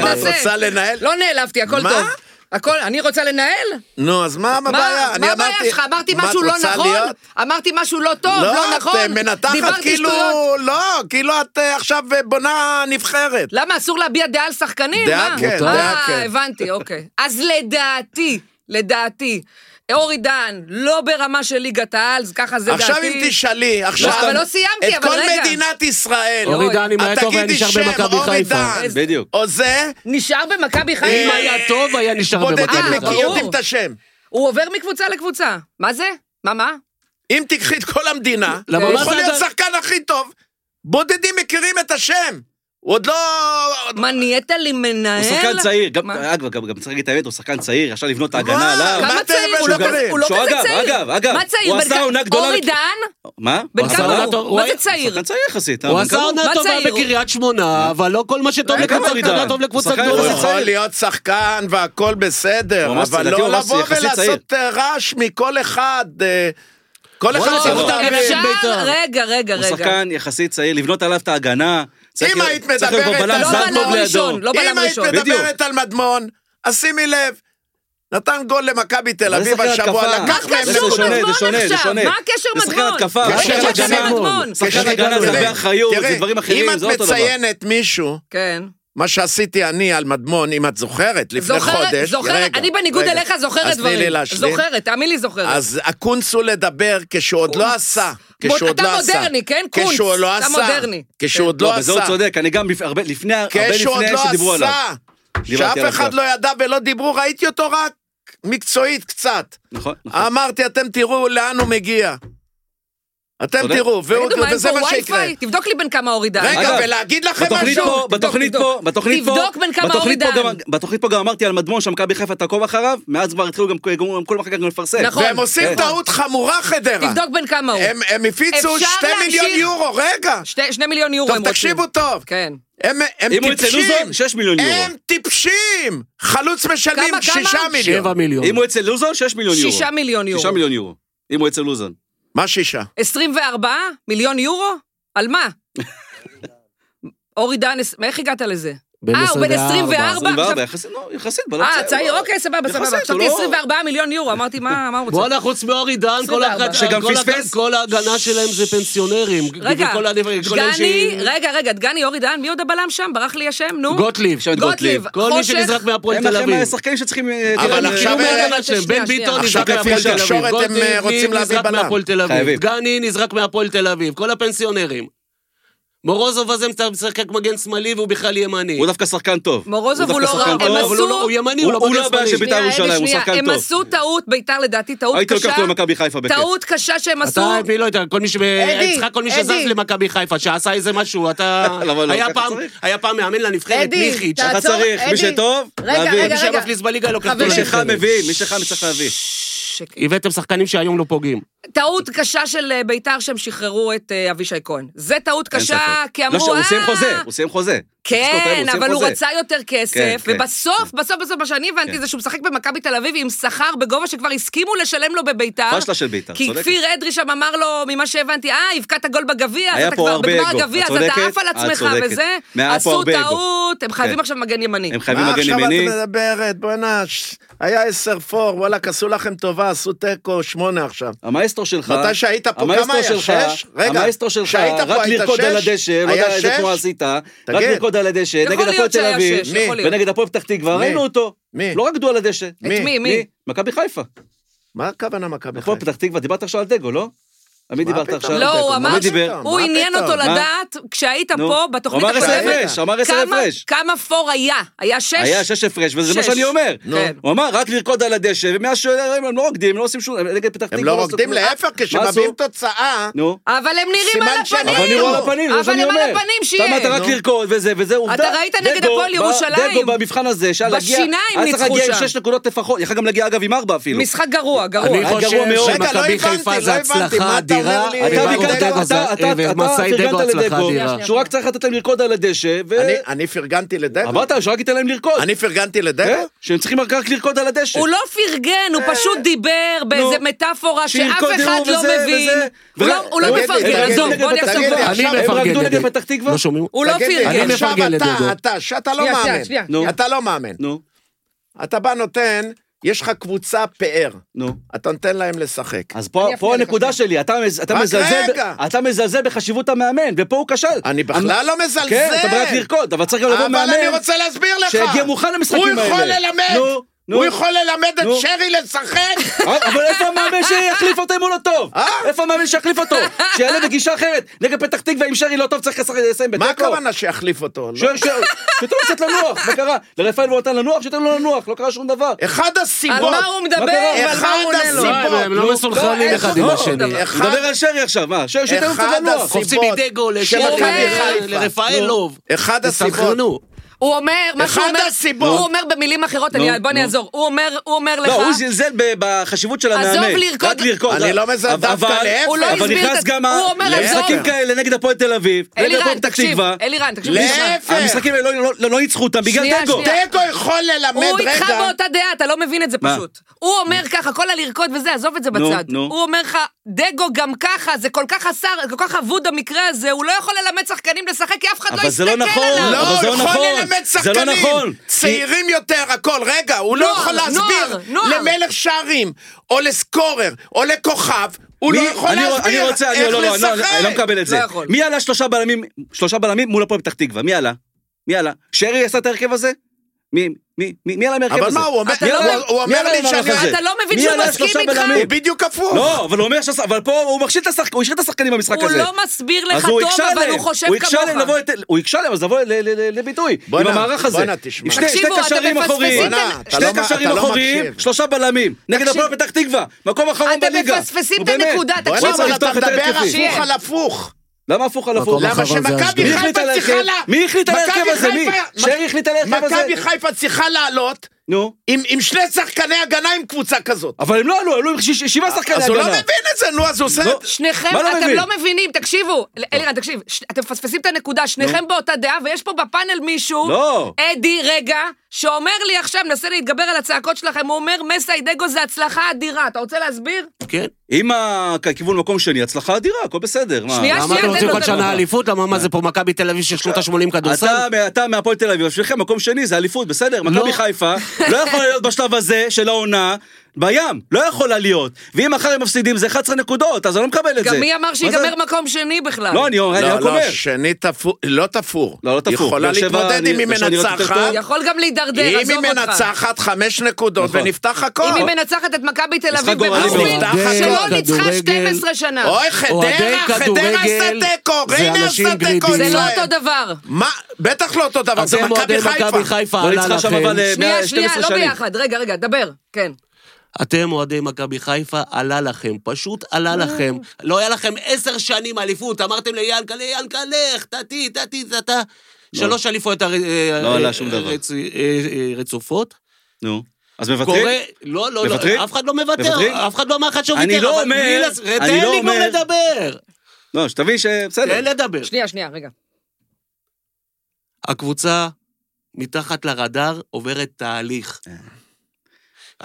מה, את רוצה
תתנשא.
לנהל?
לא נעלבתי, הכל
מה?
טוב. הכל, אני רוצה לנהל?
נו, אז מה
מה
הבעיה? אני
מה הבעיה
אמרתי-
שלך? אמרתי
מה, את
משהו לא
רוצה
נכון?
להיות?
אמרתי משהו לא טוב, לא
לא, את אה,
נכון?
מנתחת
דיברתי
כאילו,
שטויות. לא,
לא, כאילו את אה, עכשיו אה, בונה נבחרת.
למה אסור להביע דעה על שחקנים?
דעה
מה?
כן,
אה,
דעה כן.
הבנתי, אוקיי. אז לדעתי, לדעתי, אורי דן, לא ברמה של ליגת העל, אז ככה זה דעתי.
עכשיו אם תשאלי, עכשיו...
אבל לא סיימתי,
את
אבל
כל
רגע.
מדינת ישראל.
אוי.
אורי דן אם
את
היה טוב היה
תגידי
נשאר
שם,
במכבי
אורי
חיפה.
דן.
בדיוק.
או זה,
נשאר במכבי
אם
חיפה.
אה.
היה טוב היה נשאר
בודדים
אה,
במכבי
מכיר-
ברור.
חיפה.
יודעים את השם.
הוא עובר מקבוצה לקבוצה. מה זה? מה, מה?
אם תיקחי את כל המדינה,
למה, לא
הוא
מה
יכול
זה
להיות
עדיין-
שחקן הכי טוב. בודדים מכירים את השם. הוא עוד לא...
מה, נהיית לי מנהל?
הוא שחקן צעיר, גם- אה,
מה?
אגב, גם גם צריך להגיד את האמת, הוא שחקן צעיר, אפשר לבנות את
מה?
ההגנה עליו.
מה
כמה
אתם
צעיר? הוא לא
מבלבלים?
כזה- הוא לא
שהוא
כזה
אגב,
צעיר.
אגב, אגב,
מה צעיר?
הוא
בן
עשה
כמה-
עונה גדולה
אורי
לק-
דן?
מה?
בן
הוא עשה
כמה
עונה-
הוא?
הוא
מה
היה-
זה צעיר?
שחקן צעיר יחסית. אה,
הוא
בן
עשה
כמה
עונה
מה
טובה
צעיר?
בקריית שמונה, אבל לא כל מה שטוב
אה,
לקבוצת
כמה אורי
קטנה
דן?
טוב לקבוצת
שחקן
גדולה.
הוא
יחסית
יכול
צעיר.
להיות שחקן והכל בסדר,
ממש,
אבל
לדעתי
לא
הוא ממש
לבוא
יחסית
ולעשות אה, רעש מכל אחד. אה, כל אחד
וואלה,
צריך
לא.
להבין.
של
אוקיי. אפשר?
בית"ר.
רגע, רגע,
הוא
רגע.
שחקן יחסית צעיר, לבנות עליו את ההגנה. צריך-
אם היית
צריך להיות
מדברת
בלם
על-
לא
זר
בלם
טוב לידו.
ראשון, לא
אם
בלם
היית
ראשון.
מדברת על מדמון, אז שימי לב, נתן גול למכבי תל אביב
שחקן
השבוע,
התקפה.
לקח
מה
מהם
קשור
זה שונה,
מדמון
זה שונה, זה
עכשיו?
שונה.
מה הקשר
זה שחקן
מדמון?
התקפה,
זה
קשר
קשר
הגנה.
מדמון.
שחקן
תראה,
הגנה זה
תראה,
הרבה אחריות,
תראה,
זה דברים אחרים, זה לא
אם
אותו
את
דבר.
מציינת מישהו,
כן.
מה שעשיתי אני על מדמון, אם את זוכרת, לפני
זוכרת,
חודש...
זוכרת,
רגע,
אני בניגוד
רגע.
אליך זוכרת
אז תני לי
דברים.
להשלים.
זוכרת, תאמין לי זוכרת.
אז הקונץ הוא לדבר כשהוא עוד לא עשה. כשהוא עוד
אתה
לא עשה.
מודרני, כן? קונץ,
כשהוא לא
אתה
עשה.
מודרני.
כשהוא עוד לא
לא, בזה
עשה.
הוא צודק, אני גם בפ- הרבה לפני, הרבה
כשהוא עוד
לפני
לא
שדיברו עליו.
עשה.
דיברתי
שאף
עליו
אחד
כבר.
לא ידע ולא דיברו, ראיתי אותו רק מקצועית קצת.
נכון, נכון.
אמרתי, אתם תראו לאן הוא מגיע. אתם
צודק.
תראו, והוא-
תגידו, מה, אין
וזה
פה
מה שיקרה.
וי-פיי? תבדוק לי בן כמה אורי דן.
רגע,
אגב,
ולהגיד לכם
בתוכנית
משהו?
פה, בתוכנית
תבדוק,
פה, בתוכנית פה,
תבדוק בין כמה
בתוכנית
אורי
פה
דן.
גם- בתוכנית פה גם אמרתי על מדמון שמכבי חיפה תעקוב אחריו, מאז כבר התחילו גם גם כל מחלקה גם לפרסם.
נכון.
והם עושים
כן.
טעות חמורה, חדרה.
תבדוק בן כמה הוא.
הם הם הפיצו
אפשר
2 מיליון
להמשיך?
יורו, רגע.
שתי- שני מיליון יורו הם
טוב,
רוצים.
תקשיבו טוב.
כן.
הם הם
אם הוא אצל לוזון,
טיפשים.
6 מיליון יורו.
הם טיפשים! חלוץ משלמים
כמה, כמה?
6 מיליון.
שבע מיליון.
אם הוא אצל לוזון, 6 מיליון יורו.
שישה מיליון יורו.
שישה מיליון יורו. אם הוא אצל לוזון.
מה שישה?
24 מיליון יורו? על מה? אורי דן, איך הגעת לזה?
בן
אה, הוא בן 24?
24,
עכשיו-
יחסית, לא, יחסית, בלם
אה, צעיר, אוקיי, סבבה,
יחסית,
סבבה.
הוא
חשבתי
לא-
24 מיליון יורו, אמרתי, מה מה הוא רוצה?
בואנה, חוץ מאורי דן, כל
24.
ההגנה-
שגם
כל הג-
פספס.
כל ההגנה שלהם זה פנסיונרים.
רגע,
וכל ה- כל אלה
דגני,
ש-
רגע, רגע, דגני, אורי דן, מי עוד הבלם שם? ברח לי השם, נו.
גוטליב.
עכשיו את
גוטליב.
גוטליב.
כל מי
חושך.
שנזרק מהפועל
הם
תל
לכם
אביב.
השחקנים שצריכים... אה,
אבל
תראה,
עכשיו-
כאילו
אה,
מההגנה שלהם,
שנייה,
בן
שנייה.
ביטון
עכשיו
נזרק
לפי
מהפועל תל אביב.
התקשורת הם,
גוטליב
רוצים להביא
נזרק
בלם.
מהפועל תל אביב.
חייבים.
דגני נזרק מהפועל תל אביב. כל הפנסיונרים. מורוזוב הזה משחק מגן שמאלי והוא בכלל ימני.
הוא דווקא שחקן טוב.
מורוזוב הוא
דווקא
לא רע,
שחקן
הם
טוב,
עשו-
אבל הוא לא-
הוא ימני, הוא לא
הוא
מגן
לא הבעיה של
שמאלי.
בית"ר
שנייה,
ירושלים, הוא
שנייה,
שחקן
הם
טוב.
עשו טעות, ביתר לדעתי טעות
הייתי
קשה.
לוקח אותו למכבי חיפה בכיף.
טעות קשה שהם עשו.
אתה מי לא יודע, כל מי ש...
אדי,
אצלך כל מי
אדי.
שזז למכבי חיפה, שעשה איזה משהו, אתה...
למה לא?
היה
ככה
פעם-
צריך.
היה פעם מאמן לנבחרת
אדי,
מיכיץ'.
אתה-
אתה
תעצור,
צריך,
אדי.
מי שטוב,
רגע,
להביא.
רגע,
מי
רגע.
שמפליס בליגה לא
חברים.
כתוב.
מי שלך
רגע.
מביא, מי שלך צריך להביא.
שקט.
הבאתם שחקנים שהיום לא פוגעים.
טעות קשה של אה, ביתר שהם שחררו את אה, אבישי כהן. זה טעות
אין
קשה,
ספק.
כי
לא,
אמרו,
שהוא
אה...
סיים חוזה, הוא סיים חוזה. צריך לזכור את
כן, אבל
האלה, סיים
הוא
חוזה.
רצה יותר
כן,
כסף,
כן.
ובסוף, בסוף, בסוף, מה שאני הבנתי
כן.
זה שהוא משחק במכבי תל אביב עם שכר בגובה שכבר הסכימו לשלם לו בביתר.
פשלה של ביתר,
כי
צודקת.
כפיר אדרי שם אמר לו, ממה שהבנתי, אה, הבקעת גול בגביע, אז
היה
אתה
פה
כבר
הרבה
בגמר
אגו.
הגביע,
את
אז אתה
צודקת,
עף על
את
עצמך
צודקת.
וזה.
היה פה
עשו
הרבה אגו.
טעות, הם חייבים
כן.
עכשיו מגן ימני.
הם חייבים
מה
מגן
עכשיו
ימיני.
את מדברת? בואנה, ש- היה 10-4, וואלכ, עשו לכם טובה, עשו תיקו 8 עכשיו.
המאסטרו שלך,
מתי שהיית פה,
המאסטרו
כמה היה?
שלך,
שש? רגע,
המאסטרו שלך,
כשהיית פה
רק
היית
לרקוד
שש?
על הדשא, לא
היה
יודע איזה
שש?
תנועה עשית,
תגיד.
רק לרקוד על הדשא,
יכול
נגד הפועל
להיות
תל
שהיה
אביב,
שש,
מי?
יכול להיות.
ונגד הפועל פתח תקווה,
מי?
ראינו אותו,
מי?
לא רקדו על הדשא,
את
מי?
מי? מי?
מכבי חיפה,
מה הכוונה מכבי
הפועל
חיפה?
פתח תקווה, דיברת עכשיו על דגו, לא? עמי
מה
דיברת
פתאום?
עכשיו על
לא,
דגו,
הוא
מי
אמר-
דיבר?
מה
הוא עניין
פתאום?
אותו
מה?
לדעת, כשהיית
נו,
פה,
הוא
בתוכנית
אמר עשר
הקודמת.
הפרש, אמר עשר
כמה-
הפרש,
כמה פור היה? היה שש?
היה שש הפרש, וזה מה
שש.
שאני אומר,
נו. כן.
הוא אמר רק לרקוד על הדשא, ומאז שהם הם לא רוקדים, הם לא עושים שום, נגד פתח תקווה,
הם לא
עשו
רוקדים,
כלום.
להפך,
עשו?
כשמביאים תוצאה,
נו.
אבל הם נראים
סימן
על
ש- אבל
הפנים.
אבל נראו על הפנים, זה מה
אבל
שאני
הם
אומר.
על הפנים,
אתה
שיהיה.
אמרת רק
נו.
לרקוד וזה, וזה עובדה.
ראית נגד
דגו,
הפועל
ב-
ירושלים.
דגו במבחן הזה, שהיה להגיע...
בשיניים
היה צריך
ניצחו
להגיע עם
שם.
שש נקודות לפחות, יכל גם להגיע אגב עם ארבע אפילו.
משחק גרוע, גרוע.
אני
היה
חושב
גרוע מאוד.
רגע, לא
שמכבי
הבנתי,
חיפה
לא
זה
הבנתי, מה אתה
הצלחה
אומר
אדירה,
לי?
אתה
ובאו
ביקרת,
דגו,
אתה-
זה-
אתה-
אה,
אתה
ומסאי אה, דגו
פרגנת
הצלחה
לדגו,
אדירה.
שהוא רק צריך לתת להם לרקוד על הדשא, ו...
אני- אני פרגנתי לדגו.
אה? אמרת שרק ייתן להם לרקוד.
אני פרגנתי
אה?
לדגו?
שהם צריכים רק לרקוד על הדשא.
הוא לא פרגן, הוא פשוט דיבר באיזה מטאפורה שאף
שירקוד,
אחד
נו,
לא
וזה,
מבין.
וזה.
הוא
ו-
לא- הוא לא
תגיד לי, תגיד
מפרגן,
לי,
עזוב,
תגיד
בוא
לי,
נעשה
תגיד לי,
סוף.
עכשיו
אני
הם
מפרגן
רקדו נגד
לדגו.
פתח תקווה?
לא שומעים?
הוא לא
תגיד לי,
פרגן.
אני
עכשיו
מפרגן
אתה,
לדגו.
אתה, שאתה לא
שנייה, שנייה,
מאמן.
שנייה.
נו.
אתה לא מאמן.
נו,
אתה בא נותן, יש לך קבוצה פאר.
נו.
אתה נותן להם לשחק.
אז פה,
אני אפריע
פה
לך
הנקודה
עכשיו.
שלי, אתה, מז- אתה,
רק
מזלזל,
רגע.
ב- אתה מזלזל בחשיבות המאמן, ופה הוא כשל.
אני בכלל לא מזלזל.
כן, אתה בא רק כן, לרקוד, אבל צריך גם לבוא מאמן.
אבל אני רוצה להסביר לך.
שיגיע מוכן למשחקים האלה.
הוא יכול ללמד.
נו, נו.
הוא יכול ללמד את
נו.
שרי לשחק?
אה, אבל איפה המאמן שיחליף אותו אם הוא לא טוב?
אה?
איפה המאמן שיחליף אותו? שיעלה בגישה אחרת. נגד פתח תקווה, אם שרי לא טוב צריך לשחק- לסיים בתיקו.
מה הכוונה שיחליף אותו? לא.
שוער, שוער, שתנו לו קצת לנוח, מה קרה? לרפאל הוא נתן לנוח, שתן לו לנוח, לא קרה שום דבר.
אחד
על
הסיבות,
מה הוא מדבר
קרה?
ועל מה הוא
אחד
עונה לו?
לא,
הסיבות.
הם הם
לא,
לא מסונכרנים
לא,
אחד
אין
עם
חוק.
השני.
אחד-
נדבר על שרי עכשיו, מה? שוער, שתן לו קצת
אחד
לנוח.
הסיבות-
קופצים לידי גול,
של
לשרי,
מכבי
ל-
חיפה.
לא.
לרפאלוב.
אחד הסיבות,
תסנכרנו.
הוא אומר, מה שהוא
אחד
אומר,
הסיבות.
הוא אומר במילים אחרות, אני-
נו,
בוא אני
נו.
אעזור, הוא אומר, הוא אומר לך,
לא, הוא זלזל ב- בחשיבות של המאמן.
עזוב לרקוד.
רק לרקוד.
אני לא מזלזל,
אבל-
דווקא להפך.
הוא לא
אבל
הסביר את
נכנס
זה.
גם
הוא אומר,
עזוב.
למשחקים כאלה נגד הפועל תל אביב, נגד
אלירן,
הפועל פתח
תקשיב,
תקווה.
אלירן, תקשיב,
להפך.
שנייה.
תקשיב.
המשחקים האלה לא- לא- לא לא ניצחו אותם בגלל
שנייה,
דגו.
שנייה.
תיקו יכול ללמד,
הוא
רגע,
איתך באותה דעה, אתה לא מבין את זה
מה?
פשוט. הוא אומר ככה, כל הלרקוד וזה, עזוב את זה
נו,
בצד.
נו.
הוא אומר לך, דגו גם ככה, זה כל כך חסר, כל כך אבוד המקרה הזה, הוא לא יכול ללמד שחקנים לשחק, כי אף אחד לא
אבל זה
יסתכל
לא
עליו.
נכון.
לא,
אבל זה
הוא
לא
יכול
נכון.
ללמד
זה לא
שחקנים,
נכון.
צעירים יותר, הכל, רגע, הוא לא
נוער,
יכול להסביר
נוער, נוער.
למלך שערים, או לסקורר, או לכוכב, הוא
מי-
לא יכול
אני- אני
להסביר
רוצה, אני-
איך
לא, לא, לא,
לשחק.
אני לא מקבל את זה.
לא יכול.
מי עלה שלושה בלמים, שלושה בלמים מול הפועל פתח תקווה? מי עלה? מי עלה? שרי עשה את ההרכב הזה? מי, מי, מי, מי עלה מהרכב הזה?
אבל מה, הוא אומר-
אתה לא-
הוא- הוא
מי
אומר
עלה
לי
עם
שאני...
המהלך הזה?
אתה לא מבין
מי
שהוא
עלה
מסכים
שלושה
איתך?
בלמים?
הוא בדיוק הפוך.
לא, אבל הוא אומר שס... אבל פה הוא מכשיל את השחק... הוא הכשיל את השחקנים במשחק
הוא
הזה.
לא מסביר לך
אז הוא
טוב,
הקשה
אבל
להם.
הוא חושב
הקשה להם
כמוך.
לבוא... את- הוא הקשה להם, אז לבוא ל- ל- ל- לביטוי. עם
בואנה,
המערך הזה.
בואנה, תשמע.
עם שני- שני
תקשיבו, אתם
קשרים
מפספסים
אחוריים.
את ה-
בואנה, אתה
שני
לא- אתה
קשרים
לא
אחוריים,
מקשיב.
שלושה בלמים. נגד
תקשיב.
הפועל פתח תקווה. מקום אחרון
אתם
בליגה.
מפספסים
נו,
את
באמת.
הנקודה,
בואנה,
תקשיב,
הוא צריך
אבל אתה
לפתוח את
מדבר
ההרכבים.
שיהיה.
הפוך על הפוך.
למה הפוך על הפוך?
מקום
למה
אחרון זה
שמכבי
אשדוד.
מי
חיפה
החליט על
צריכה
ההרכב?
לה...
מי החליט על ההרכב
מכבי
הזה? מי?
חיפה-
שרי החליט על ההרכב הזה?
מכבי חיפה צריכה לעלות
נו.
עם עם שני שחקני הגנה עם קבוצה כזאת.
אבל הם לא עלו, עלו עם שיש- שבעה שחקני הגנה.
אז הוא לא מבין את זה, נו, אז הוא עושה...
לא.
שניכם,
מה לא
אתם
מבין?
לא מבינים, תקשיבו, אלירן, תקשיב, ש- אתם מפספסים את הנקודה, שניכם באותה דעה, ויש פה בפאנל מישהו,
לא.
אדי רגע, שאומר לי עכשיו, מנסה להתגבר על הצעקות שלכם, הוא אומר, מסי דגו זה הצלחה אדירה, אתה רוצה להסביר?
כן.
אם הכיוון מקום שני, הצלחה אדירה, הכל בסדר. מה?
שנייה,
למה אתם
תן
רוצים
לו,
כל
תן לו.
שנה אליפות? למה מה זה פה מכבי תל אביב של שנות ה-80 כדורסל?
אתה, אתה מהפועל תל אביב, בשבילכם מקום שני זה אליפות, בסדר, מכבי חיפה לא יכולה להיות בשלב הזה של העונה בים, לא יכולה להיות. ואם מחר הם מפסידים זה 11 נקודות, אז אני לא מקבל את זה.
גם מי אמר
מה
שיגמר
זה?
מקום שני בכלל?
לא, אני אומר, אני
לא,
רק
לא,
אומר.
שני תפור, לא תפור.
לא, לא תפור.
יכולה
באר שבע,
להתמודד
אני-
אם היא
באר שבע נראית יותר
מנצחת.
טוב.
יכול גם להידרדר,
אם היא
עזוב אותך.
מנצחת חמש נקודות
נכון.
ונפתח הכל.
אם היא מנצחת את מכבי תל
משחק
אביב
גורלי
בבלומפילד,
מאוד. אוהדי
שלא ניצחה
כדורגל.
12 שנה.
אוי, חדרה, חדרה עשתה תיקו,
זה
ריינה
אנשים
עשתה תיקו.
גרידים.
זה לא
ישראל.
אותו דבר.
מה? בטח לא אותו דבר, זה
אתם אוהדי
מכבי
מכבי
חיפה.
חיפה,
לא
עלה
ניצחה שם
לכם.
אבל אה,
שנייה,
112
שנייה, לא
שנים.
ביחד, רגע, רגע, דבר, כן.
אתם אוהדי מכבי חיפה, עלה לכם, פשוט עלה לכם. לא היה לכם עשר שנים אליפות, אמרתם ליאנקלה, יאנקלה, לך, תתי, תתי, תתה. שלוש אליפויות הר- אה,
לא עלה
אה,
שום דבר.
רצ- אה, אה, רצופות.
נו, אז מוותרים?
קורה, לא, לא,
מוותרים?
לא, אף אחד לא
מוותרים?
מוותר, אף אחד לא אמר לך שהוא
אני לא
ויתר, אבל
אומר,
בלי לס-
אני
תן
לא
לי כבר
אומר.
לדבר,
לא, שתבין שבסדר.
תן לדבר.
שנייה, שנייה, רגע.
הקבוצה מתחת לרדאר עוברת תהליך.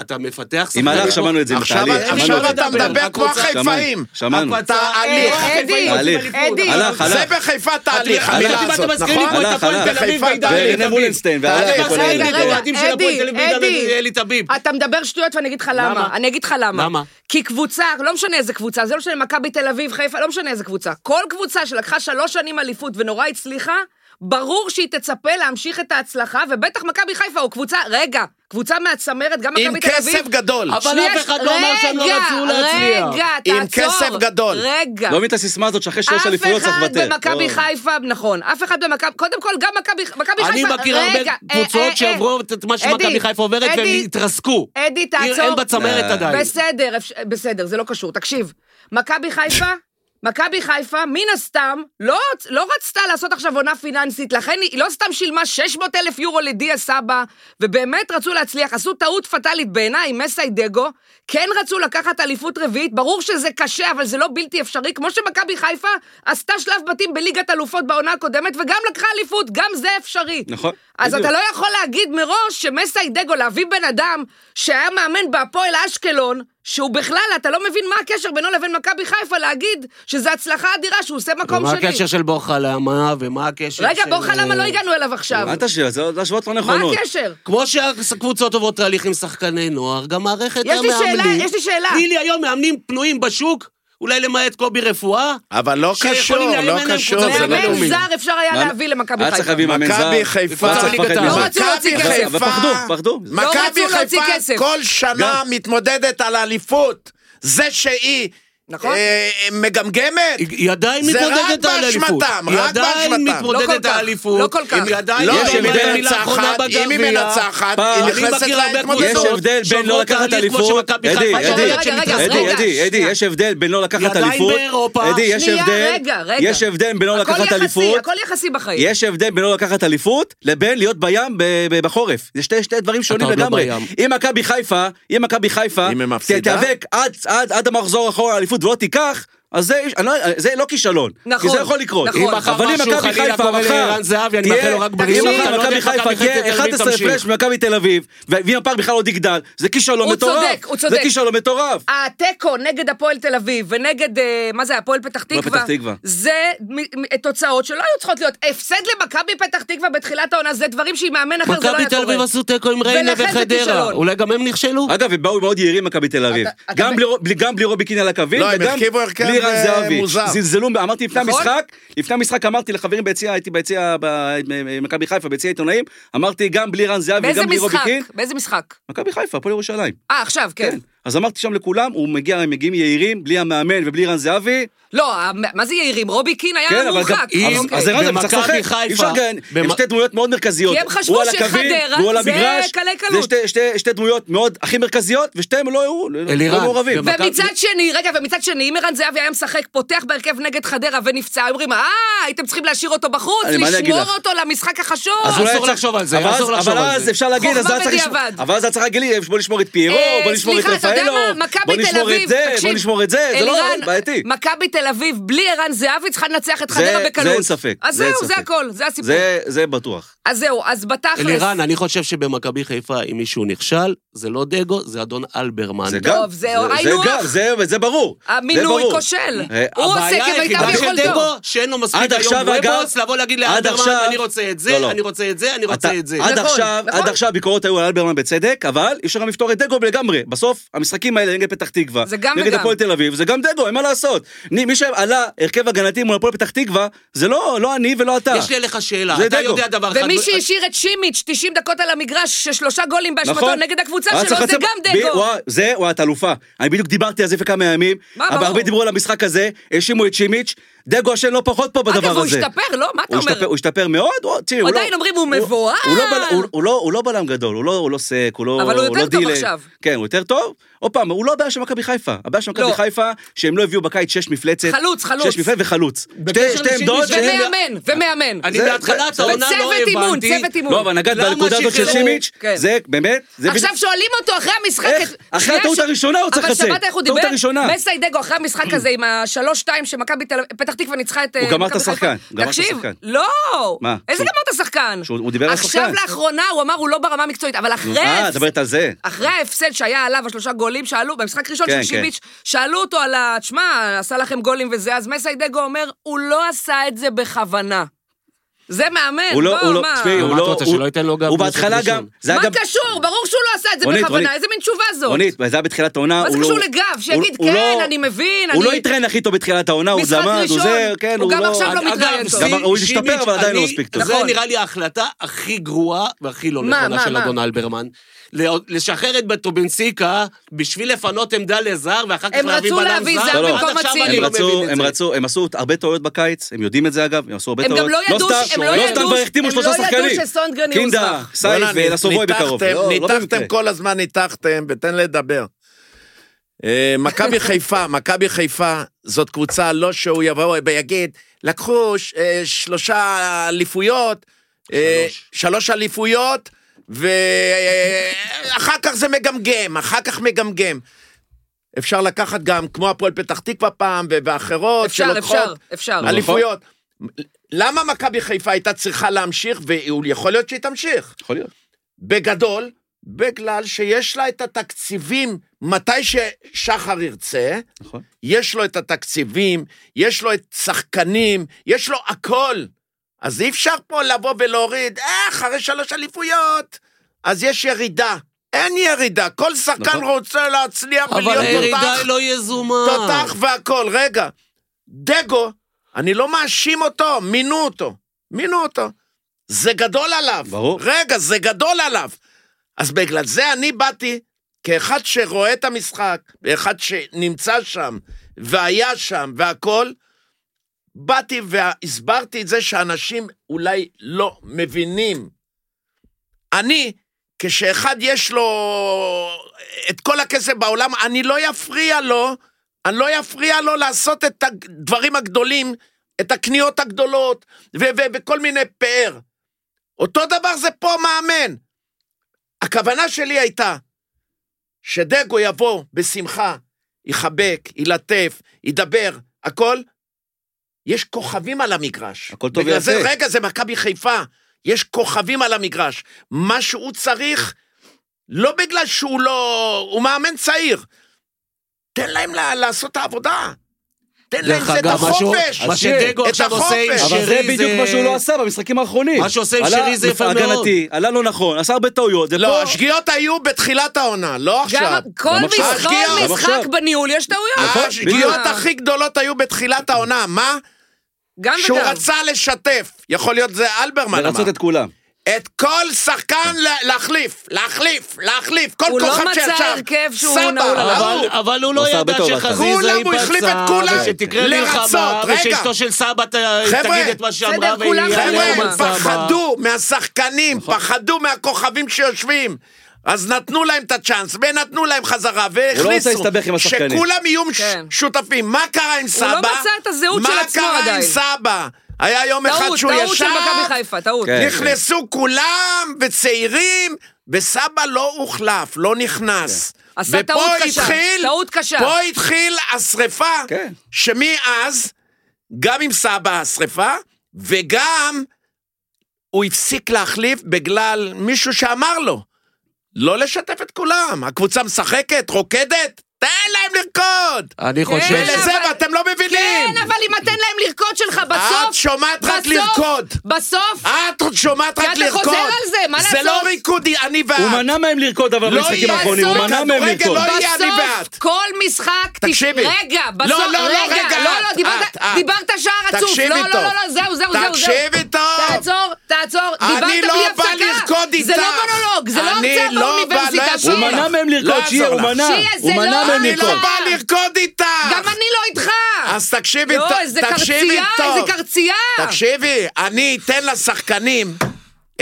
אתה מפתח
כן. עם מהלך שמענו את זה, עם
עכשיו-
תהליך,
אני
שמענו את
עכשיו
זה.
אתה מדבר כמו
הקבוצה-
החיפאים.
שמענו.
הקבוצה-
תהליך.
אה,
אדי,
תהליך.
אדי.
הלך, הלך.
זה בחיפה תהליך,
אתם-
המילה
אתם
הזאת,
מזכירים
נכון?
פה את הלך, הפועל הלך. תל
אביב
חיפה
והעידן
תהליך.
ורנה מולנשטיין,
תהליך.
והלך,
רגע,
אלי
רגע,
טביב.
אוהדים של הפועל
אדי,
תל אביב בעידן
אדי.
אלי טביב.
אתה מדבר שטויות ואני אגיד לך למה.
למה?
אני אגיד לך למה.
למה?
כי קבוצה, לא משנה איזה קבוצה, זה לא משנה מכבי תל אביב, חיפה, לא משנה איזה קבוצה. כל קבוצה שלקחה שלוש שנים אליפות ונורא הצליחה, ברור שהיא תצפה להמשיך את ההצלחה, ובטח מכבי חיפה או קבוצה, רגע, קבוצה מהצמרת, גם
עם
מכבי תל אביב.
כסף גדול.
אבל
שנייה,
אף אחד לא אמר שהם לא
רגע,
רצו להצליח.
רגע, תעצור.
עם כסף גדול.
רגע.
לא מבין את הסיסמה הזאת שאחרי שלוש
אף
אליפויות צריך
אחד
לוותר.
במכבי
לא.
חיפה, נכון, אף אחד במכבי, קודם כל גם מכבי מכבי חיפה,
אני מכיר הרבה
רגע, אה, אה, אה.
קבוצות שעברו את מה
אדי,
שמכבי חיפה עוברת והם
אדי,
התרסקו.
אדי, תעצור.
הם בצמרת
אה.
עדיין.
בסדר, אפשר, בסדר, זה לא קשור. תקשיב, מכבי חיפה, מכבי חיפה, מן הסתם, לא, לא רצתה לעשות עכשיו עונה פיננסית, לכן היא לא סתם שילמה 600 אלף יורו לדיה סבא, ובאמת רצו להצליח, עשו טעות פטאלית בעיניי, מסי דגו, כן רצו לקחת אליפות רביעית, ברור שזה קשה, אבל זה לא בלתי אפשרי, כמו שמכבי חיפה עשתה שלב בתים בליגת אלופות בעונה הקודמת, וגם לקחה אליפות, גם זה אפשרי.
נכון,
אז
בדיוק.
אתה לא יכול להגיד מראש שמסי דגו להביא בן אדם שהיה מאמן בהפועל אשקלון, שהוא בכלל, אתה לא מבין מה הקשר בינו לבין מכבי חיפה, להגיד שזו הצלחה אדירה, שהוא עושה מקום
ומה
שני.
הקשר של בורחה למה, ומה הקשר
רגע,
של... אה,
בוכה, למה לא הגענו אליו עכשיו?
אל תשאיר, זה לא- השוואות לא
מה
נכונות.
הקשר?
כמו שהקבוצות עוברות תהליך עם שחקני נוער, גם מערכת
יש לי
המאמנים.
שאלה, יש לי שאלה.
תני לי היום מאמנים פנויים בשוק, אולי למעט קובי רפואה?
אבל לא
שיכולים
קשור,
לאמן
לא
להם
קשור,
קבוצה
זה לא
מאמן
לאומי.
זר אפשר היה
מה-
להביא למכבי
היה צריך
חיפה.
להביא מאמן זר.
מכבי חיפה,
וקבוצה
מכבי
ליגת העל.
לא רצו להוציא
מכבי
כסף.
חיפה-
ופחדו, לא. פחדו.
לא
מכבי
רצו להוציא כסף.
חיפה כל שנה
גם.
מתמודדת על אליפות. זה שהיא
נכון.
אה, מגמגמת,
היא- היא עדיין
זה
מתמודדת
רק
על האליפות.
באשמתם,
היא
רק
עדיין
באשמתם.
לא כל
מתמודדת
כך,
על האליפות.
לא כל כך.
היא עדיין
לא,
יש
אם
הבדל.
היא
במילה האחרונה
מנצחת, אם היא
בגביע.
מנצחת,
פעם,
היא
אני
נכנסת
מכיר הרבה
להתמודדות.
קבוצות
יש הבדל בין לא
שעוברות
לקחת
תהליך כמו
אליפות,
שמכבי
אדי,
חיפה
אדי,
שעוברת
רגע,
שמתחת.
רגע,
אדי,
רגע,
אדי, אדי,
שנייה.
יש הבדל בין לא לקחת
היא
אליפות.
עדיין באירופה.
אדי, יש
שנייה,
הבדל.
רגע, רגע.
יש הבדל בין לא
הכל
לקחת
יחסי,
אליפות.
הכל יחסי בחיים.
יש הבדל בין לא לקחת אליפות לבין להיות בים ב- ב- בחורף. זה שתי, שתי דברים שונים
עוד לא
לגמרי.
בים.
אם מכבי חיפה, אם מכבי חיפה,
אם היא
ת-
מפסידה?
תיאבק עד, עד, עד המחזור האחרון האליפות ולא תיקח, אז זה, אני לא- זה לא כישלון.
נכון,
כי זה יכול לקרות.
נכון. אם מחר
אבל אם
משהו
מכבי
חלילה
חיפה
קורה
מחר,
לערן זהבי, אני
תהיה-
מאחל לו רק
אם
בריאות, אני
מחר
לא יודע
מכבי
איך מכבי
חיפה
חיפה תל
תהיה
אביב
11
תמשיך.
הפרש ממכבי תל אביב, ואם הפער בכלל לא תגדל, זה כישלון
הוא
מטורף.
צודק, הוא צודק.
זה כישלון מטורף.
התיקו נגד הפועל תל אביב ונגד, אה, מה זה, הפועל פתח תקווה,
פתח תקווה.
זה מ- מ- תוצאות שלא היו צריכות להיות. הפסד למכבי פתח תקווה בתחילת העונה, זה דברים שעם מאמן אחר זה לא
מכבי
היה
תל אביב
קורה.
עשו תיקו עם ריינה
ולכן זה
וחדרה.
כישלון.
אולי גם הם נכשלו?
אגב, הם באו מאוד יעילים מכבי תל אביב.
אתה- אתה-
גם בלי רוב- בלי- גם בלי רובי קין על הקווים,
לא, הם
וגם
הרכיבו הרכב,
בלי רן
אה,
זהבי.
מוזר.
זלזלו, אמרתי לפני
נכון?
המשחק, לפני המשחק אמרתי לחברים ביציע, הייתי ביציע ב- מכבי חיפה, ביציע עיתונאים, אמרותי גם בלי רן זהבי
באיזה
וגם בלי רובי
משחק?
קין,
באיזה משחק?
מכבי חיפה, הפועל ירושלים.
אה, עכשיו, כן.
כן. אז אמרתי שם לכולם, הוא מגיע, הם מגיעים יעילים, בלי המאמן ובלי רן זהבי,
לא, ה- מה זה יאירים? רובי קין
כן,
היה
אבל גם...
מורחק.
אז-
אוקיי.
אז זה רע, גם צריך
במכבי
לשחק. אי אפשר
חיפה-
לגן. הם
במ-
שתי דמויות מאוד מרכזיות.
כי הם חשבו
הוא על
שחדרה
הקווים, והוא על
זה
המגרש.
קלי קלות.
זה שתי- שתי- שתי דמויות מאוד הכי מרכזיות, ושתיהם לא היו לא
אלירן,
מעורבים.
במכבי-
ומצד שני, רגע, ומצד שני, אם ערן זאבי היה משחק, פותח בהרכב נגד חדרה ונפצע, היו אומרים, אה, הייתם צריכים להשאיר אותו בחוץ,
אני- מה אני אגיד
לשמור
לך?
אותו למשחק החשוב.
אז אולי-
היה
אסור
צריך-
לחשוב על זה,
אבל אז-
אסור לחשוב
אבל
על
אז
זה.
אפשר להגיד, אז
חוכמה
היה צריך לשמור-
בדיעבד.
אבל אז היה צריך להגיד לי, בוא נשמור את פיירו,
אה,
בוא נשמור את
סליחה, אתה יודע
רפאלו,
מה? מכבי
בוא
תל
נשמור
אביב,
את זה,
תקשיב,
בוא נשמור את זה, זה לא
אלירן,
בעייתי.
מכבי תל אביב, בלי ערן זהבי, צריכה לנצח את
זה-
חדרה
זה
בקלות.
אין ספק,
אז
זה אין
זהו, זה
ספק.
הכל, זה הסיפור.
זה- זה בטוח.
אז זהו, אז בתכלס.
אלירן, אני חושב שבמכבי חיפה, אם מישהו נכשל, זה לא דגו, זה אדון אלברמן.
זה
טוב,
גם,
לא, זה
זה
היינו
זה
הך.
גם, זה- זה ברור. זה
המינוי
ברור.
כושל.
אה,
הוא עושה
הבעיה
כמיטב
היחידה של
יכולתו.
דגו, שאין לו מספיק
עד
היום
עכשיו, אגב,
וובוס, לבוא להגיד
עד
לאלברמן,
עכשיו-
אני רוצה את
לא,
זה,
לא.
אני רוצה את זה, אני
אתה-
רוצה את זה.
עד
נכון,
עכשיו,
נכון.
עד עכשיו הביקורות היו על אלברמן בצדק, אבל אי אפשר גם לפתור את דגו לגמרי. בסוף, המשחקים האלה נגד פתח תקווה,
זה גם
נגד
וגם.
הפועל תל אביב, זה גם דגו, אין מה לעשות. אני- מי שעלה הרכב הגנתי מול הפועל פתח תקווה, זה לא לא אני ולא אתה.
יש לי אליך שאלה,
זה
אתה
דגו.
יודע דבר אחד.
ומי שהשאיר את שימיץ' 90 דקות על המגרש, ששלושה גולים באשמתו
נכון.
נגד הקבוצה
היה
שלו,
צריך
זה
לצאת-
גם
ב-
דגו.
וואי, זה, וואי, את אלופה. אני בדיוק דיברתי על זה לפני כמה ימים.
מה,
אבל
ברור.
הרבה דיברו על המשחק הזה, האשימו את שימיץ', דגו אשם לא פחות פה בדבר הזה.
אגב, הוא השתפר, לא? מה אתה
הוא השתפר-
אומר?
הוא השתפר מאוד, הוא- תראי, הוא לא...
עדיין אומרים, הוא מבוהל.
הוא לא בל- הוא- הוא לא- הוא לא בלם גדול, הוא לא- הוא לא סק, הוא לא
אבל הוא יותר
לא
טוב
דילר.
עכשיו.
כן, הוא יותר טוב. עוד פעם, הוא לא הבעיה של מכבי חיפה. הבעיה של
לא.
מכבי חיפה, שהם לא הביאו בקיץ שש מפלצת.
חלוץ, חלוץ.
שש מפלצת וחלוץ.
בקשר
שתי- שתי
לשימיץ'
עמדות שהם...
ומאמן, ומאמן.
אני
זה-
בהתחלת
זה-
העונה
וצוות
לא
אימון,
הבנתי.
צוות אימון.
לא, אבל נגעת
למה
בנקודה הזאת של
שחררו?
שימיץ',
כן.
זה באמת... זה בדיוק-
עכשיו שואלים אותו אחרי המשחק...
איך?
את-
אחרי
שנייה,
הטעות
ש-
הראשונה הוא צריך לצאת.
אבל שמעת איך הוא
הטעות
דיבר?
הראשונה.
מסיידגו אחרי המשחק הזה עם השלוש-שתיים שמכבי תל אביב... פתח תקווה ניצחה את... אה,
הוא גמר את
מכבי חיפה.
השחקן, גמר את
תקשיב,
השחקן.
לא!
מה?
איזה
שהוא-
גמר את השחקן?
שהוא- הוא דיבר על
עכשיו
השחקן.
לאחרונה הוא אמר הוא לא ברמה המקצועית, אבל אחרי...
אה,
ההפס-
את מדברת על זה.
אחרי ההפסד שהיה עליו, השלושה גולים, שאלו, במשחק הראשון
כן,
של שיביץ', שאלו אותו על ה... תשמע, עשה לכם גולים וזה, אז מסיידגו אומר, הוא לא עשה את זה בכוונה. זה מאמן,
הוא לא, הוא
בוא,
לא,
מה?
תשמעי,
מה
הוא
אתה
לא,
רוצה, שלא ייתן לו גם
הוא
לעשות
בהתחלה
ראשון?
גם, זה היה
מה
גם,
קשור? ברור שהוא לא עשה את זה
רונית,
בכוונה,
רונית.
איזה מין תשובה זאת?
רונית, זה היה בתחילת העונה,
מה זה
הוא
קשור
לא-
לגב?
הוא-
שיגיד,
הוא לא-
כן, אני מבין,
הוא
אני-
לא התראיין הכי טוב בתחילת העונה, הוא
משחק
זמד, הוא
ראשון.
זה, כן,
הוא גם עכשיו לא
אגב,
מתראיין טוב.
שימיץ',
אבל הוא השתפר, אבל עדיין לא
אני-
מספיק טוב.
זה
נכון.
נראה לי ההחלטה הכי גרועה והכי לא
מה, מה,
נכונה של
מה?
אדון אלברמן. ל- לשחרר את בטובינסיקה בשביל לפנות עמדה לזר, ואחר כך
הם
להביא
רצו
בלם
להביא זר
זר.
במקום
עד עכשיו
אצילי.
אני
הם
לא
רצו,
מבין את
הם
זה.
רצו, הם עשו הרבה טעויות בקיץ, הם יודעים את זה אגב, הם עשו הרבה
הם גם
טעויות.
לא ידעו ש- הם לא
לא
ידעו
סתם כבר
ש-
החתימו
הם
שלושה
לא ידעו
שחקנים.
שסונגרן יוסרף.
קינדה, סייף
בוא'נה,
ולסובוי
ניתחתם-
בקרוב. לא, לא
ניתחתם,
במקרה.
כל הזמן ניתחתם, ותן לדבר. אה, מכבי חיפה, מכבי חיפה, זאת קבוצה לא שהוא יבוא ויגיד, לקחו ש- אה, שלושה אליפויות, אה,
שלוש.
שלוש אליפויות, ואחר כך זה מגמגם, אחר כך מגמגם. אפשר לקחת גם, כמו הפועל פתח תקווה פעם, ו- ואחרות
אפשר,
שלוקחות
אפשר, אפשר.
לא. נכון.
אליפויות. למה מכבי חיפה הייתה צריכה להמשיך, ויכול להיות שהיא תמשיך?
יכול להיות.
בגדול, בגלל שיש לה את התקציבים מתי ששחר ירצה,
נכון.
יש לו את התקציבים, יש לו את שחקנים, יש לו הכל. אז אי אפשר פה לבוא ולהוריד, אה, אחרי שלוש אליפויות. אז יש ירידה. אין ירידה, כל שחקן
נכון.
רוצה להצליח
אבל
ולהיות
הירידה
תותח,
היא לא יזומה.
תותח והכל. רגע, דגו, אני לא מאשים אותו, מינו אותו, מינו אותו. זה גדול עליו.
ברור.
רגע, זה גדול עליו. אז בגלל זה אני באתי, כאחד שרואה את המשחק, ואחד שנמצא שם, והיה שם, והכול, באתי והסברתי את זה שאנשים אולי לא מבינים. אני, כשאחד יש לו את כל הכסף בעולם, אני לא יפריע לו, אני לא יפריע לו לעשות את הדברים הגדולים, את הקניות הגדולות, ו- ו- וכל מיני פאר. אותו דבר זה פה מאמן. הכוונה שלי הייתה שדגו יבוא בשמחה, יחבק, ילטף, ידבר, הכל. יש כוכבים על המגרש.
הכל טוב
בגלל
ויפה.
זה, רגע, זה מכבי חיפה. יש כוכבים על המגרש. מה שהוא צריך, לא בגלל שהוא לא... הוא מאמן צעיר. תן להם לה- לעשות את העבודה. תן להם
דרך
זה את
אגב, מה שהוא-
החופש.
מה שדגו
את
עכשיו עושה עם
החופש.
אבל זה
שרי
בדיוק
זה-
מה שהוא לא עשה במשחקים האחרונים.
מה שעושה עם שרי זה יפה מאוד.
הגנתי, עלה לא נכון, עשה הרבה טעויות,
לא,
ופה...
השגיאות היו בתחילת העונה, לא
גם
עכשיו.
כל
גם
מש-
עכשיו.
כל
גם
משחק
עכשיו.
בניהול יש טעויות. אה,
נכון,
השגיאות
בדיוק.
אה,
אה,
הכי גדולות היו בתחילת העונה, מה?
גם
שהוא
וגם.
רצה לשתף, יכול להיות זה אלברמן אמר,
לרצות את כולם.
את כל שחקן לה- להחליף, להחליף, להחליף, כל
הוא לא
כוכב
מצא
שישב.
הרכב שהוא
סבא,
נעול עליו.
ההוא.
אבל, אבל הוא לא
עושה
ידע
הרבה טוב,
שחזיזה
כולם, הוא החליף את
ייפצע,
כולם.
ושתקרה
לרצות,
מלחמה,
רגע.
ושאשתו של סבא ת-
חבר'ה,
תגיד את מה שאמרה,
בסדר, כולם
ויהיה
חבר'ה,
עליהום
חבר'ה,
על סבא.
פחדו מהשחקנים,
נכון.
פחדו מהכוכבים שיושבים. אז נתנו להם את הצ'אנס, ונתנו להם חזרה,
לא
והכניסו.
להסתבך עם השחקנים.
שכולם יהיו ש-
כן.
שותפים. מה קרה עם סבא?
לא מצא את הזהות של עצמו
מה קרה עם
עדיין.
סבא? היה יום אחד
טעות,
שהוא
טעות של
ישב,
מכבי חיפה, טעות.
כן.
נכנסו כולם, וצעירים, וסבא לא הוחלף, לא נכנס.
עשה טעות
ופה
קשה,
התחיל-
טעות קשה.
פה התחיל השריפה,
כן.
שמאז, גם עם סבא השריפה, וגם הוא הפסיק להחליף בגלל מישהו שאמר לו, לא לשתף את כולם, הקבוצה משחקת, רוקדת, תן להם לרקוד!
אני חושב...
כן,
ולזה,
אבל-
ואתם לא מבינים!
כן, אבל אם אתן להם לרקוד שלך בסוף...
את שומעת רק
בסוף-
לרקוד.
בסוף...
את עוד שומעת רק
אתה
לרקוד.
חוזר על זה, מה
זה
לעשות?
לא ריקוד, אני ואת.
הוא מנע מהם לרקוד אבל
לא
במשחקים
יהיה
האחרונים, הוא
אסון.
מנע מהם
כדורגל
לרקוד.
לא יהיה. אני
בסוף
בעד.
כל משחק... תש-
תקשיבי.
רגע,
לא,
בסוף...
לא, לא, רגע,
לא, לא,
את,
דיברת...
את, את.
דיברת שער עצוב.
תקשיבי
לא, לא,
טוב.
לא, לא, זהו, זהו, זהו. זהו.
תקשיבי טוב.
תעצור, תעצור.
אני
דיברת בלי
לא בא
הפסקה.
לרקוד
זה לא
איתך.
מונולוג, זה לא
אני
הרצאה
לא בא, לא
באוניברסיטה.
יעזור
שיהיה.
הוא מנע מהם
לא
לרקוד, שיהיה,
יעזור
הוא
לך.
מנע.
שיה, זה
הוא מנע
לא-
מהם
אני לא
לרקוד.
בא לרקוד איתך.
גם אני לא איתך.
אז תקשיבי
לא,
טוב,
איזה
תקשיבי
קרצייה,
טוב.
איזה קרצייה.
תקשיבי, אני אתן לשחקנים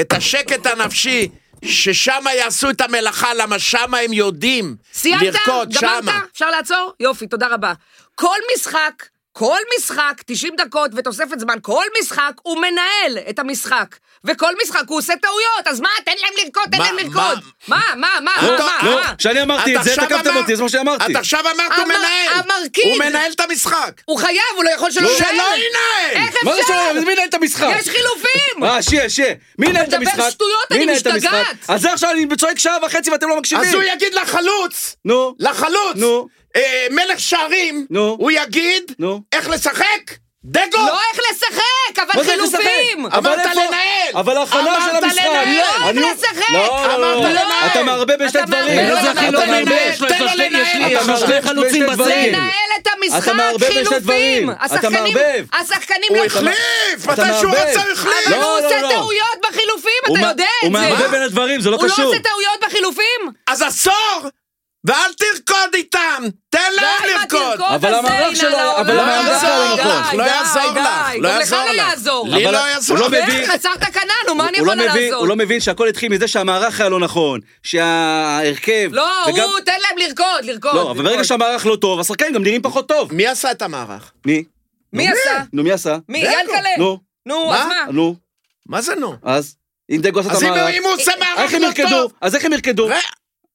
את השקט הנפשי. ששם יעשו את המלאכה, למה שם הם יודעים
סיימת?
לרקוד,
גמרת?
שמה.
אפשר לעצור? יופי, תודה רבה. כל משחק, כל משחק, 90 דקות ותוספת זמן, כל משחק הוא מנהל את המשחק. וכל משחק הוא עושה טעויות, אז מה, תן להם לרקוד, תן
מה-
להם לרקוד. מה, מה, מה,
לא,
מה,
לא,
מה?
לא,
מה?
כשאני אמרתי את זה,
עכשיו
תקפתם
אמר-
אותי, זה מה שאמרתי.
את עכשיו אמרת
אמר-
הוא מנהל.
המרכיב.
הוא מנהל את המשחק.
הוא חייב, הוא לא יכול שלא
לא,
לנהל.
שלא ינהל.
איך
מה זה
אפשר?
שלא, מי נהל את המשחק?
יש חילופים!
אה, שיהיה, שיהיה. מי נהל את
מדבר
המשחק?
שטויות,
מי
אני
נהל את המשחק?
משתגעת.
אז זה עכשיו אני צועק שעה וחצי ואתם לא מקשיבים.
אז הוא יגיד לחלוץ,
נו.
לחלוץ,
נו.
אה, מלך שערים,
נו.
הוא יגיד,
נו.
איך לשחק? דגו!
לא איך לשחק, אבל
מה זה לשחק?
חילופים!
אבל
אמרת
איפה-
לנהל.
אבל ההכנה של
אמרת
המשחק.
לנהל.
לא,
אני-
איך לשחק?
לא, לא, לא,
אמרת לנהל.
לא. אתה מערבב בין שתי
אתה
דברים.
מערבב.
איזה
לא,
חילוץ
אתה
יש לו?
מערבב,
יש לו
תן לו
שתי- יש לי-
לנהל.
יש לו
אתה
שני
מערבב
חלוצים
בין שתי
בסגל.
דברים.
לנהל את
אתה
המשחק,
מערבב בין שתי
חילופים!
דברים. אתה
השחקנים,
מערבב.
השחקנים
הוא
לא-
החליף,
אתה
מתי שהוא
מערבב.
רצה הוא
אבל
החליף.
לא,
הוא עושה
לא.
טעויות בחילופים,
הוא
אתה
מע-
יודע את
הוא
זה.
מערבב בין הדברים, זה לא
הוא לא
קשור.
עושה טעויות בחילופים?
אז עצור, ואל תרקוד איתם,
די
תן
עם
להם לרקוד.
התרכות
לא אבל
הזה,
המהלך
הנה,
שלו-
לעולם.
אבל המהלך
די,
שלו לא
די,
נכון.
לא
די,
יעזור
די.
לך, לא
גם לך
יעזור
לא
לך.
יעזור.
לי
אבל
לא יעזור.
הוא לא
לך.
מבין.
בטח, עצרת כנ"ל, נו, מה אני
הוא לא
יכולה
מבין-
לעזור?
הוא לא מבין שהכל התחיל מזה שהמערך היה לא נכון, שההרכב...
לא,
וגם-
הוא, תן להם לרקוד, לרקוד.
לא, אבל ברגע
לרקוד.
שהמערך לא טוב, השחקנים גם נראים פחות טוב.
מי עשה את המערך?
מי?
מי עשה?
נו, מי עשה?
מי?
דגו.
ינקלה?
נו,
נו, אז
מה?
מה?
נו,
מה זה נו?
אז? אם דגו עשה את
אז אם
המערך...
אם הוא עושה מערך
איך הם
לא
ירקדו?
טוב,
אז איך הם ירקדו?
ר-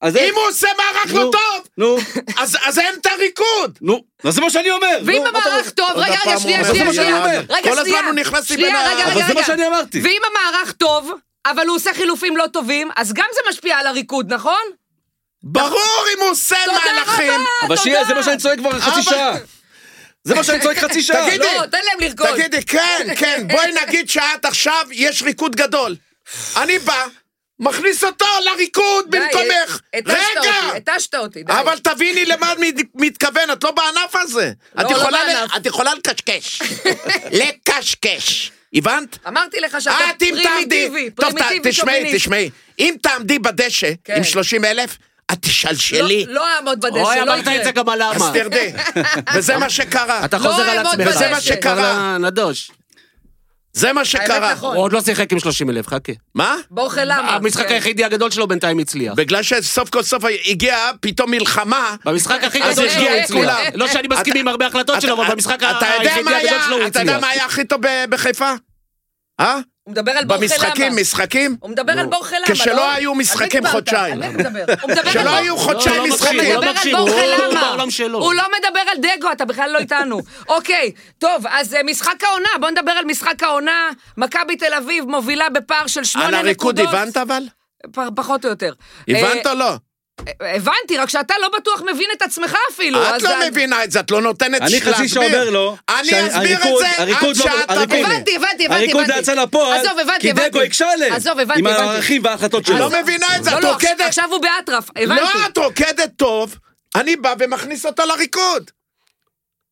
אז
אם
איך?
הוא עושה מערך לא
נו.
טוב,
נו,
אז- אז אין את הריקוד.
נו, אז זה מה שאני אומר.
ואם
נו, מה אתה
המערך
רוצה?
טוב,
עוד
רגע,
הפעם
רגע, שנייה,
הוא
אומר,
שנייה,
זה מה
שנייה.
שאני
רגע,
אומר.
שנייה.
כל הזמן הוא נכנס לי בין
שנייה,
ה-
רגע,
אבל
רגע,
זה מה
רגע.
שאני אמרתי.
ואם המערך טוב, אבל הוא עושה חילופים לא טובים, אז גם זה משפיע על הריקוד, נכון?
ברור אם הוא עושה
תודה
מהלכים.
רבה.
אבל שיהיה, זה מה שאני צועק כבר חצי שעה. זה מה שאני צועק חצי שעה.
תגידי,
לא, תן להם לרקוד.
תגידי, כן, כן, בואי נגיד שאת עכשיו, יש ריקוד גדול. אני בא, מכניס אותו לריקוד
די,
במקומך.
התשת אותי,
רגע!
התשת אותי, די.
אבל תביני למה אני מתכוון, את לא בענף הזה.
לא,
את
לא
יכולה ל-
בענף.
את יכולה לקשקש. לקשקש. הבנת?
אמרתי לך שאתה
את אם תעמדי,
פרימיטיבי,
טוב, ת-
פרימיטיבי
תשמעי,
שוביניסט.
תשמעי, אם תעמדי בדשא
כן.
עם 30 אלף, את תשלשלי,
לא- לא אעמוד בדשא,
אוי,
לא
אמרת
יקרה.
את זה גם על
אז
למה.
תרדי. וזה מה שקרה.
אתה
לא
חוזר על
אעמוד
עצמך.
בדשא.
וזה מה שקרה.
אבל נדוש.
זה מה שקרה.
נכון.
הוא עוד לא שיחק עם 30 אלף, חכה.
מה?
בורחה למה?
המשחק
כן.
היחידי הגדול שלו בינתיים הצליח.
בגלל שסוף כל סוף הגיעה פתאום מלחמה.
במשחק הכי
אז
גדול שלו
הרגיעו
הוא
את
הצליח.
כולם.
לא שאני מסכים עם הרבה החלטות שלו, אבל במשחק
אתה יודע
היחידי
מה
הגדול
היה-
שלו הוא
אתה יודע
הצליח.
מה היה הכי טוב ב- בחיפה? אה?
הוא מדבר על בורחה לא, אוקיי, למה.
במשחקים, משחקים?
הוא מדבר על בורחה למה, לא?
כשלא היו
על מי
משחקים
דיברת?
חודשיים.
על מי אתה מדבר? הוא מדבר על
כשלא
בור-
היו חודשיים
לא, לא מקשיב,
משחקים.
הוא
הוא מדבר
לא
על
מקשיב,
בורחה
הוא- הוא
למה.
בעולם שלו.
הוא לא מדבר על דגו, אתה בכלל לא איתנו. אוקיי, טוב, אז אה, משחק העונה, בוא נדבר על משחק העונה. מכבי תל אביב מובילה בפער של שמונה
על
נקודות.
הריקוד הבנת אבל?
פ- פחות או יותר.
הבנת
אה,
או לא?
אה, הבנתי, רק שאתה לא בטוח מבין את עצמך אפילו.
את
אז
לא
ה-
מבינה את זה, את לא נותנת
אני
להסביר.
חצי שאומר לו,
אני אסביר
שה-
את
הריקוד-
זה עד
הריקוד לא-
שאת
הריקוד-
תביני.
הבנתי, הבנתי, הבנתי.
הריקוד
הבנתי.
יצא לפועל,
עזוב, הבנתי,
כי
הבנתי.
דגו הקשה עליהם.
עזוב, הבנתי,
עם
הבנתי.
הערכים וההחלטות שלו.
לא מבינה את זה, את
לא,
רוקדת.
עכשיו הוא באטרף, הבנתי.
לא, את רוקדת טוב, אני בא ומכניס אותו לריקוד.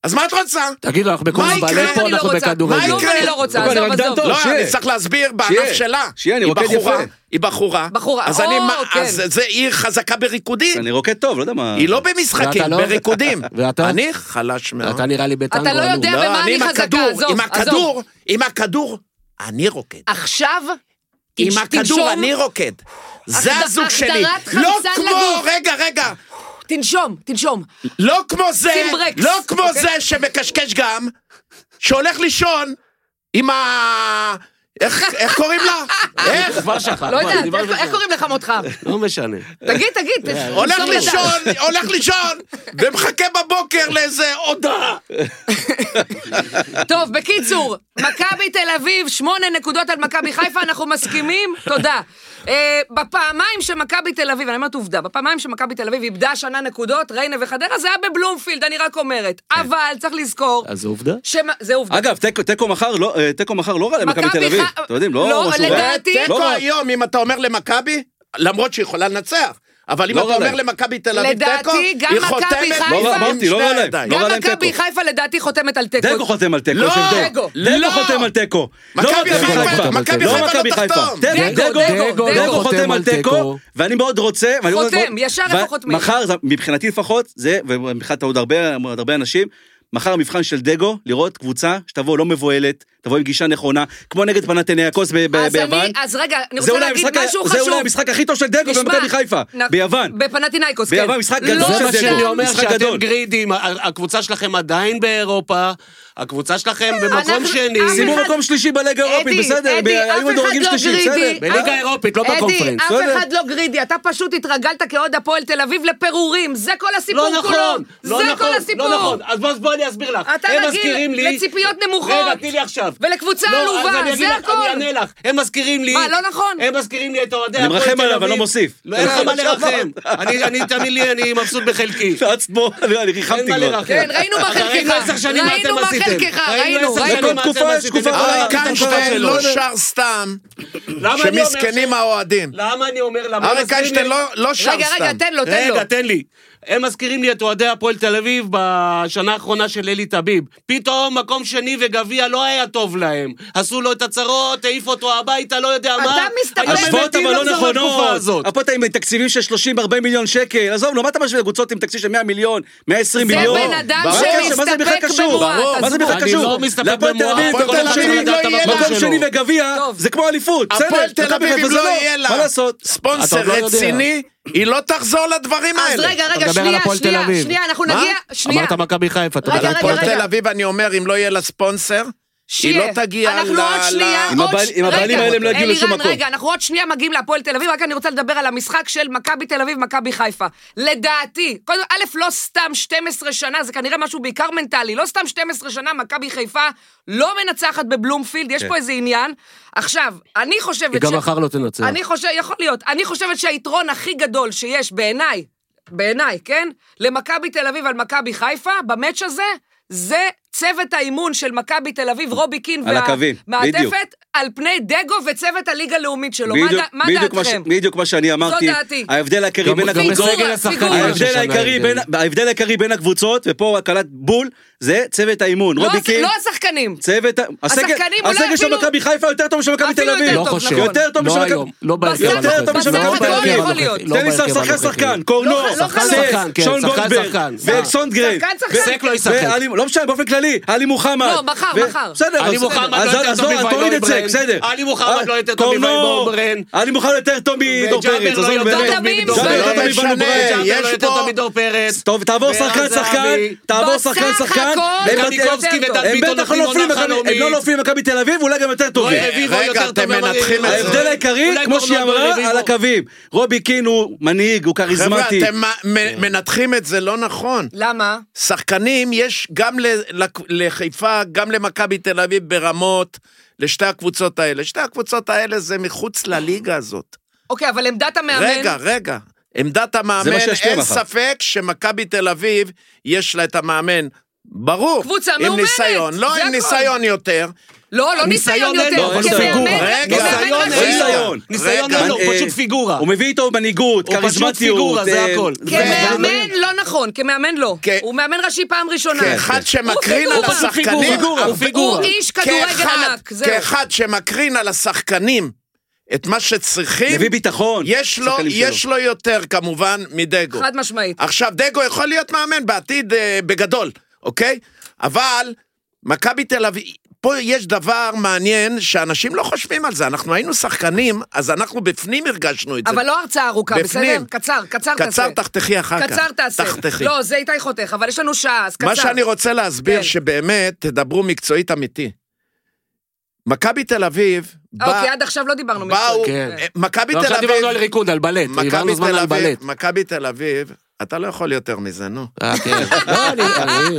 אז מה את רוצה?
תגיד לו, אנחנו בכל
מה
בעלי
יקרה?
פה,
אני לא
אנחנו
רוצה.
מה
בכדורגל.
היום
יקרה?
אני לא רוצה,
קודם כל,
עזוב,
אני מוקדם
עזוב.
טוב.
לא,
שיהיה.
אני צריך להסביר בענף
שיהיה.
שלה.
שיהיה, אני
היא
רוקד
בחורה,
יפה.
היא בחורה.
בחורה,
אז אני
או,
מה-
כן.
אז זה עיר חזקה בריקודים.
אני רוקד טוב, לא יודע מה.
היא לא במשחקים,
ואתה לא?
בריקודים.
ואתה?
אני חלש מאוד.
אתה נראה לי בטנגו.
אתה לא
אלוף.
יודע- במה
לא,
אני
אני עם
חזקה,
הכדור,
עזוב,
עם
עזוב.
הכדור, עם הכדור, אני רוקד.
עכשיו,
עם
תש-
הכדור
תנשום,
אני רוקד. זה
החד-
הזוג שלי.
החדרת חמצן
לא כמו,
לגוף.
רגע, רגע,
תנשום, תנשום.
לא כמו זה,
שים ברקס,
לא כמו
אוקיי?
זה שמקשקש גם, שהולך לישון עם ה... איך איך קוראים לה? איך?
כבר שכח.
לא
כבר,
יודעת,
אה, דיברנו
איך-
על
איך
זה.
קוראים לחמותך?
לא משנה.
תגיד, תגיד. תנשום
הולך
לדעת.
לישון, הולך לישון, ומחכה בבוקר לאיזה הודעה.
טוב, בקיצור, מכבי תל אביב, שמונה נקודות על מכבי חיפה, אנחנו מסכימים? תודה. אה, בפעמיים שמכבי תל אביב, אני אומרת עובדה, בפעמיים שמכבי תל אביב איבדה שנה נקודות, ריינה וחדרה, זה היה בבלומפילד, אני רק אומרת. אבל צריך לזכור,
אז זו עובדה.
שמ- זה עובדה.
אגב, תיקו- תיקו מחר לא- אה, תיקו מחר לא רע למכבי
מכבי
תל אביב.
ח-
אתם יודעים,
לא,
לא משהו רע.
לדעתי-
לא
אה, תיקו
רע.
היום, אם אתה אומר למכבי, למרות שהיא יכולה לנצח, אבל אם
לא
אתה
רע
אומר
להם.
למכבי תל אביב
לדעתי,
תיקו,
גם
היא
מכבי
חותמת
חיפה-
עם
לא,
אמרתי, לא רע
שני
להם.
הידיים.
לא רע
גם
להם
מכבי
תיקו.
חיפה לדעתי חותמת על תיקו.
דגו חותם על תיקו,
לא,
יש הבדל.
דגו.
לא.
דגו חותם על תיקו. לא
מכבי
מכבי
חיפה-
חיפה.
מכבי
לא
חיפה לא
מכבי חיפה.
תחתום.
דגו,
דגו,
דגו,
דגו, דגו חותם על תיקו, ואני מאוד רוצה, ואני מאוד-
חותם,
מאוד-
ישר
ו-
איפה חותמים.
מחר, זה- מבחינתי לפחות, זה, ומבחינת עוד הרבה עוד הרבה אנשים, מחר המבחן של דגו, לראות קבוצה שתבוא לא מבוהלת, תבוא עם גישה נכונה, כמו נגד פנתניאקוס ב- ב-
אז אני-
ביוון.
אז רגע, אני
זה
רוצה
אולי
להגיד
המשחק ה-
משהו
זה
חשוב.
אולי המשחק הכי טוב של דגו
תשמע,
במכבי חיפה,
נ-
ביוון.
בפנטינאיקוס, כן.
ביוון, משחק גדול
לא
זה מה
של
שם.
שאני אומר,
משחק גדול.
שאתם גרידים, ה- ה- הקבוצה שלכם עדיין באירופה, הקבוצה שלכם במקום
כן, אנחנו- אה,
שני.
אף
סיימו
אחד-
מקום שלישי בליגה האירופית,
אדי,
בסדר, ב-
אדי, אף
היו
אחד
מדורגים
לא
שלישי, בסדר.
גרידי.
בליגה האירופית, לא בקונפרנס.
אה, אדי, אף
בסדר.
אחד לא גרידי, אתה פשוט התרגלת כאוהד הפועל תל אביב לפירורים, זה כל הסיפור
לא
כולו.
נכון, לא
זה
נכון,
כל הסיפור.
לא נכון. אז בוא- בוא אני אסביר לך.
אתה
הם
רגיל
מזכירים לי-
לציפיות נמוכות.
רגע, תני לי עכשיו.
ולקבוצה
לא, אז
עלובה,
אני אגיד
זה
לך,
הכל.
אני אענה לך. הם מזכירים לי...
מה, לא נכון?
הם מזכירים לי את אוהדי
אני
הפועל תל אביב.
מרחם עליו, אבל לא מוסיף.
לא, אין לך מה לרחם. אני, אני, תאמין לי, אני מבסוט בחלקי.
צעצת בו, אני- אני
אין
ריחמתי
מה
כבר.
לרחם.
כן, ראינו מה חלקך.
ראינו עשר שנים מה
ראינו
אתם
מה
עשיתם.
חלקך, ראינו,
עשר
ראינו.
שנים מה
כל
אתם
תקופה יש
עשיתם
תקופה
לכל
אריק
אריק
הקבוצה
איינשטיין
שלו.
לא שר סתם,
למה אני אומר
שמסכנים
ש-
האוהדים.
למה אני אומר, למה
אריק
מזכירים
איינשטיין
לי-
לא- לא שר סתם.
רגע, רגע, תן לו, תן לו.
רגע, תן לי. הם מזכירים לי את אוהדי הפועל תל אביב בשנה האחרונה של אלי טביב. פתאום מקום שני וגביע לא היה טוב להם. עשו לו את הצרות, העיף אותו הביתה, לא יודע
אתה
מה.
מסתכל-
היום הם
השוואות
מתים
אבל לא
לחזור לתקופה הזאת.
נכונות. הפועל עם תקציבים של 30-40 מיליון שקל. עזוב, נו, מה אתה משווה לקבוצות עם תקציב של 100 מיליון, 120
זה
מיליון?
בן אדם
ברור. מה זה בכלל
שמסתפק
קשור?
במועט,
ברור. מה זה
עזבו.
בכלל
אני
קשור?
לא מסתפק
להפועל תל
במועט,
אביב,
הפועל
מקום
תל
שני-
אביב לא יהיה לה.
מקום שני
שלו.
וגביע,
טוב.
זה כמו אליפות.
הפועל
בסדר,
תל
מכבי
אביב,
חיפה
אם
זה
לא יהיה לה
מה לעשות?
ספונסר
אתה עוד לא יודע.
רציני, היא לא תחזור לדברים
אז
האלה.
רגע,
אתה מדבר
רגע,
על
שנייה,
הפועל תל
שנייה,
אביב.
שנייה, אנחנו
מה?
נגיע, שנייה.
אמרת מכבי חיפה, אתה
רגע,
מדבר על
רגע,
הפועל
הפועל
תל אביב.
תל אביב, אני אומר, אם לא יהיה לה ספונסר, היא
שיהיה.
לא תגיע ל...
אנחנו עוד
ל-
שנייה,
עם
עוד
הבעל-
ש-
עם הבעלים
רגע,
האלה הם לא יגיעו לשום
אלירן,
מקום.
רגע, אנחנו עוד שנייה מגיעים להפועל תל אביב, רק אני רוצה לדבר על המשחק של מכבי תל אביב, מכבי חיפה. לדעתי, קודם, א', לא סתם 12 שנה, זה כנראה משהו בעיקר מנטלי, לא סתם 12 שנה מכבי חיפה לא מנצחת בבלומפילד,
כן.
יש פה איזה עניין. עכשיו, אני חושבת
היא גם מחר לא תנצח.
אני חושבת, יכול להיות, אני חושבת שהיתרון הכי גדול שיש בעיניי, בעיניי, כן? למכבי תל אביב על מכבי חיפה, במאץ' הזה, זה צוות האימון של מכבי תל אביב, רובי קין
על הקווים, בדיוק.
והמעטפת, על פני דגו וצוות הליגה הלאומית שלו. לא, מה
בדיוק-
דע- מה
בדיוק מה ש-
דעתכם?
בדיוק מה שאני אמרתי.
דעתי.
ההבדל העיקרי
גם-
בין
גם
פיגורה,
הקבוצות...
בסגל השחקנים
פיגורה.
של
ההבדל
שנה
העיקרי
הבדל.
בין- ההבדל העיקרי בין הקבוצות, ופה קלט בול, זה צוות האימון.
לא
רובי
הש-
קין,
לא השחקנים.
צוות... ה- הסגל
השחקנים אולי
הסגל של
אפילו-
מכבי חיפה יותר טוב משל מכבי
אפילו
תל אביב.
יותר
לא
טוב,
חושב.
נכון.
יותר טוב משל
לא
מכבי...
היום, לא בהרכב
בסך
הנוכחי.
הכל, בסך
לא
הכל
בהרכב
יכול
הנוכחי,
להיות.
לא
תן לי
בהרכב
שחקן
הנוכחי.
שחקן, קורנו,
לא, לא
שחקן,
חלוק.
סק,
שחקן, כן,
שון
שחקן,
גולדברג,
שחקן.
וסונדגרן,
שחקן, שחקן.
סק לא ישחק.
ואלי- לא משנה, באופן כללי, עלי מוחמד.
לא, מחר,
ו-
מחר.
בסדר,
עלי
אז-
מוחמד
אז-
לא יותר
אז
טוב
אז
מוואי
תוריד את סק,
גולדברג.
בסדר.
עלי מוחמד לא יותר טוב
קורנו.
מוואי גולדברג.
עלי מוחמד יותר טוב מדור
וג'אבר
פרץ,
לא
עזוב,
יותר
באמת.
טוב מדור
פרץ.
ג'אבר יותר טוב
לא
מבנו
משנה,
ברץ.
ג'אבר
יש
לא יותר
פה-
טוב מדור פרץ.
טוב, תעבור
ורן
שחקן
זהבי.
שחקן, תעבור
בסך
שחקן שחקן,
הכל,
הם-
קניקובסקי
ודן
הם
הם
ביטון
בטח
נותנים
לא
עונה
נופלים מכבי- הם
חלומית.
לא נופלים מכבי תל אביב, אולי גם יותר טובים.
רועי רביבו
רגע,
יותר
אתם
טוב ממרי
מנתחים
רביבו.
את זה.
ההבדל העיקרי,
אולי
כמו
קורנו
שהיא
ומורי
אמרה,
רביבו.
על הקווים. רובי קין הוא מנהיג, הוא
לא. חבר'ה,
כריזמטי.
אתם מ- מ-
כן.
מנתחים את זה לא נכון.
למה?
שחקנים יש גם ל- לק- לחיפה, גם למכבי תל אביב ברמות, לשתי הקבוצות האלה. שתי הקבוצות האלה זה מחוץ לליגה הזאת.
אוקיי, אבל עמדת המאמן...
רגע, רגע. עמדת המאמן,
זה מה שישפיע
אין
מחר.
ספק שמכבי תל אביב, יש לה את המאמן. ברור.
קבוצה
עם
מאומנת,
ניסיון. לא
זה
עם
הכל.
ניסיון יותר.
לא, לא ניסיון
אין לו,
יותר,
אבל
הוא
כמאמן,
סגור.
רגע,
כמאמן
ניסיון
רגע.
אין
ראשי.
לו.
רגע.
ניסיון
לא?
אין לו, הוא
אה,
פשוט פיגורה.
הוא מביא איתו מנהיגות,
הוא פשוט
כריזמטיות.
פיגורה, זה
אה,
הכל.
זה-
כמאמן לא נכון, כמאמן לא.
כן.
הוא מאמן ראשי פעם ראשונה.
כן.
כאחד שמקרין
כן. הוא
על
פשוט
השחקנים,
פיגורה, פיגורה,
אבל-
הוא פיגורה.
הוא איש כדורגל
כאחד-
ענק, זהו.
כאחד שמקרין על השחקנים את מה שצריכים,
מביא ביטחון.
כן. יש לו,
לשחקנים שלו.
יש לו יותר כמובן מדגו.
חד משמעית.
עכשיו, דגו יכול להיות מאמן בעתיד אה, בגדול, אוקיי? אבל מכבי תל אביב, פה יש דבר מעניין שאנשים לא חושבים על זה. אנחנו היינו שחקנים, אז אנחנו בפנים הרגשנו את זה.
אבל לא הרצאה ארוכה, בסדר?
בפנים.
קצר, קצר תעשה.
קצר תחתכי אחר כך.
קצר תעשה.
תחתכי.
לא, זה איתי חותך, אבל יש לנו שעה, אז קצר.
מה שאני רוצה להסביר,
כן.
שבאמת, תדברו מקצועית אמיתי. מכבי תל אביב, בא-
אוקיי, עד עכשיו לא דיברנו
באו,
מקצועית.
כן.
אה, מכבי
לא,
תל
עכשיו דיברנו על
אביב,
ריקוד, על בלט.
מכבי
דיברנו זמן
תל
על
אביב,
בלט.
מכבי תל אביב, אתה לא יכול יותר מזה, נו.
אה, כן. לא, אני- אני-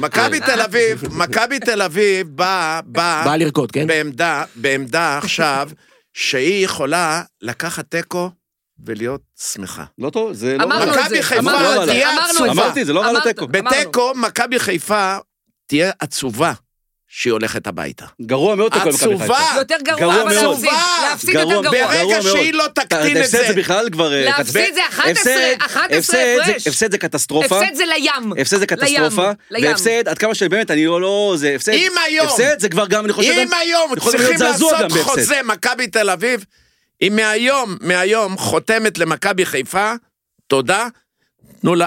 מכבי תל אביב, מכבי תל אביב באה,
כן. בא
באה
לרקוד, כן?
בעמדה, בעמדה עכשיו, שהיא יכולה לקחת תיקו ולהיות שמחה.
לא טוב, זה לא...
אמרנו את
מכבי
זה,
חיפה לא
אמרנו את זה,
תהיה
אמרנו את זה.
עצובה.
אמרתי, זה לא רע
אמרת,
לתיקו.
אמרנו.
בתיקו, מכבי חיפה תהיה עצובה שהיא הולכת הביתה.
גרוע מאוד תיקו למכבי חיפה.
עצובה.
יותר
גרוע
גרוע, אבל
מאוד.
להפסיד.
גרוע.
להפסיד יותר
גרוע,
גרוע.
גרוע.
ברגע שהיא
מאוד.
לא תקטין את
הפסד
זה,
זה בכלל כבר... אה,
להפסיד
קטסטרופה.
זה 11,
הפסד-
11
הפסד זה-
הפרש.
הפסד זה קטסטרופה.
הפסד זה לים.
הפסד זה קטסטרופה,
לים, לים.
והפסד, עד כמה שבאמת, אני לא, לא, זה הפסד.
אם היום-
הפסד זה כבר גם, אני חושב,
אם
גם-
היום
יכול להיות
צריכים
זעזוע
לעשות
גם בהפסד.
חוזה מכבי תל אביב, היא מהיום, מהיום חותמת למכבי חיפה, תודה, תנו לה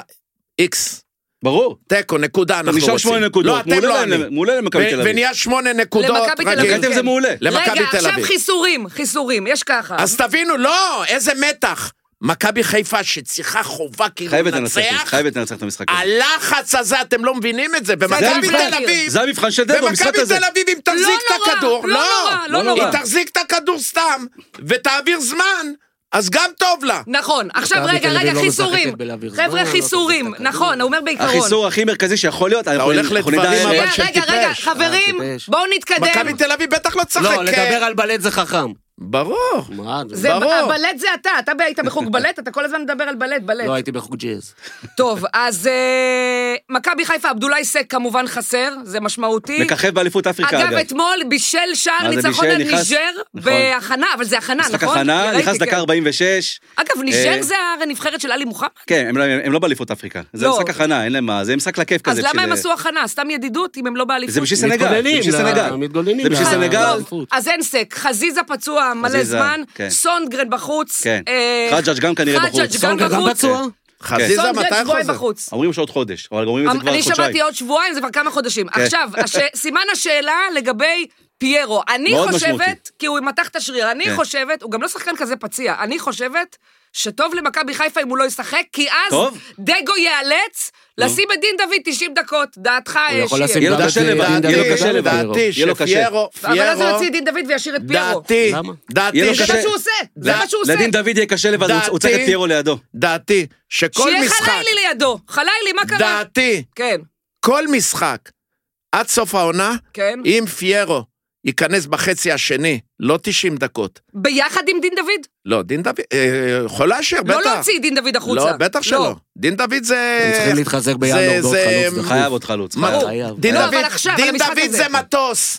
איקס,
ברור.
תיקו, נקודה,
אתה
אנחנו רוצים.
נשאר שמונה נקודות,
לא, אתם
מעולה
לא
להם-
אני.
מעולה למכבי
ו-
תל אביב.
ונהיה שמונה נקודות,
למכבי תל אביב, כן.
רגיל.
לקחתם זה מעולה.
למכבי
רגע,
תל
עכשיו
אביב.
חיסורים, חיסורים, יש ככה.
אז תבינו, לא, איזה מתח. מכבי חיפה שצריכה חובה כאילו
חייבת לנצח, כן,
לנצח,
חייבת לנצח את המשחק הזה.
הלחץ הזה, אתם לא מבינים את זה. במכבי
המבחן.
תל אביב,
זה המבחן של דדו,
במכבי
המשחק הזה.
תל אביב, אם
לא
תחזיק את
נורא,
הכדור,
לא נורא, לא
לא
נורא.
נורא.
היא תחזיק את הכדור סתם, ותעביר זמן, אז גם טוב לה.
נכון, עכשיו
מכבי
רגע,
תל אביב
רגע,
לא
חיסורים.
משחקת בלהעביר זמן,
חבר'ה,
לא
חיסורים,
משחקת
נכון, הוא אומר בעיקרון.
החיסור הכי מרכזי שיכול להיות, אנחנו
הולך
אנחנו נדע-
לדברים,
רגע,
אבל של
רגע, רגע,
טיפש.
חברים,
אה, טיפש.
בואו נתקדם.
מכבי תל אביב בטח לא תשחק.
לא, לדבר
אה,
על בלט זה חכם.
ברור.
מה, זה-
זה,
ברור.
הבלט זה אתה, אתה היית בחוג בלט, אתה כל הזמן מדבר על בלט,
לא
בלט.
הייתי בחוג ג'אז.
טוב, אז אה, מכבי חיפה, עבדולאי סק כמובן חסר, זה משמעותי.
מככב באליפות אפריקה,
אגב,
אגב.
אתמול בישל שער
מה זה
ניצחון
בישל?
על
נכנס-
ניג'ר
נכון.
בהכנה, אבל זה הכנה,
משחק
נכון?
הכנה,
ראיתי,
נכנס
כן.
דקה 46.
אגב, ניג'ר
אה,
זה הנבחרת של עלי מוחמד?
כן, הם לא- הם לא באליפות אפריקה. זה
לא.
משחק הכנה, אין להם מה, זה משחק לכיף כזה.
אז למה
בשביל-
הם עשו הכנה? סתם ידידות, אם הם לא באליפות?
זה בשביל סנגל. זה
מתגוננים
בשביל
ל-
סנגל.
מתגוננים
זה
אה,
בשביל
ל-
סנגל.
טוב.
אה, אז אין סק, חזיזה פצוע מלא
חזיזה,
זמן,
כן.
סונדגרן בחוץ.
כן.
אה,
חג'ג' גם כנראה
חג'ג'
בחוץ.
גם
סונגר גם
בחוץ.
פצוע?
כן.
חזיזה,
סונדגרן
מתי
שבועיים
חוזר?
בחוץ. אמ,
אומרים שעוד חודש, אבל אומרים את זה כבר
אני
חודשיים.
שמעתי עוד שבועיים, זה כבר כמה חודשים.
כן.
עכשיו, הש- סימן השאלה לגבי פיירו. אני
מאוד
חושבת,
משמעותי.
כי הוא מתח את השריר, אני
כן.
חושבת, הוא גם לא שחקן כזה פציע, אני חושבת שטוב למכבי חיפה אם הוא לא ישחק, כי אז
טוב.
דגו ייאלץ לשים את דין דוד 90 דקות, דעתך
הוא יכול
שיהיה.
לשים
יהיה לו
גם
קשה
את, אה,
לבד,
דין
דעתי,
יהיה
דוד
לו קשה
וגם
לבד.
פיירו.
דעתי
יהיה לו קשה.
שפיירו,
אבל אז הוא
פיירו,
יוציא את דין דוד וישאיר את פיירו.
דעתי,
למה?
דעתי,
יהיה לו
ש-
זה מה
קשה.
שהוא עושה, זה
ד-
מה שהוא עושה.
לדין דוד יהיה קשה לבד, הוא- הוא צריך את
דעתי-
פיירו לידו.
דעתי, שכל
שיהיה
משחק,
חלילי לידו. חלילי, מה קרה?
דעתי,
כן,
כל משחק, עד סוף העונה,
כן.
אם פיירו ייכנס בחצי השני, לא 90 דקות,
ביחד עם דין דוד?
לא, דין דוד, אה, יכול לאשר, בטח.
לא להוציא את דין דוד החוצה.
לא, בטח שלא. דין דוד זה...
אה,
הם צריכים להתחזק בינואר
זה-
בעוד
זה-
חלוץ. דחוף.
חייב עוד חלוץ.
מה-
חייב.
חייב.
דין
לא,
דוד-
אבל עכשיו, על
דין
המשחק
דוד
הזה.
זה מטוס.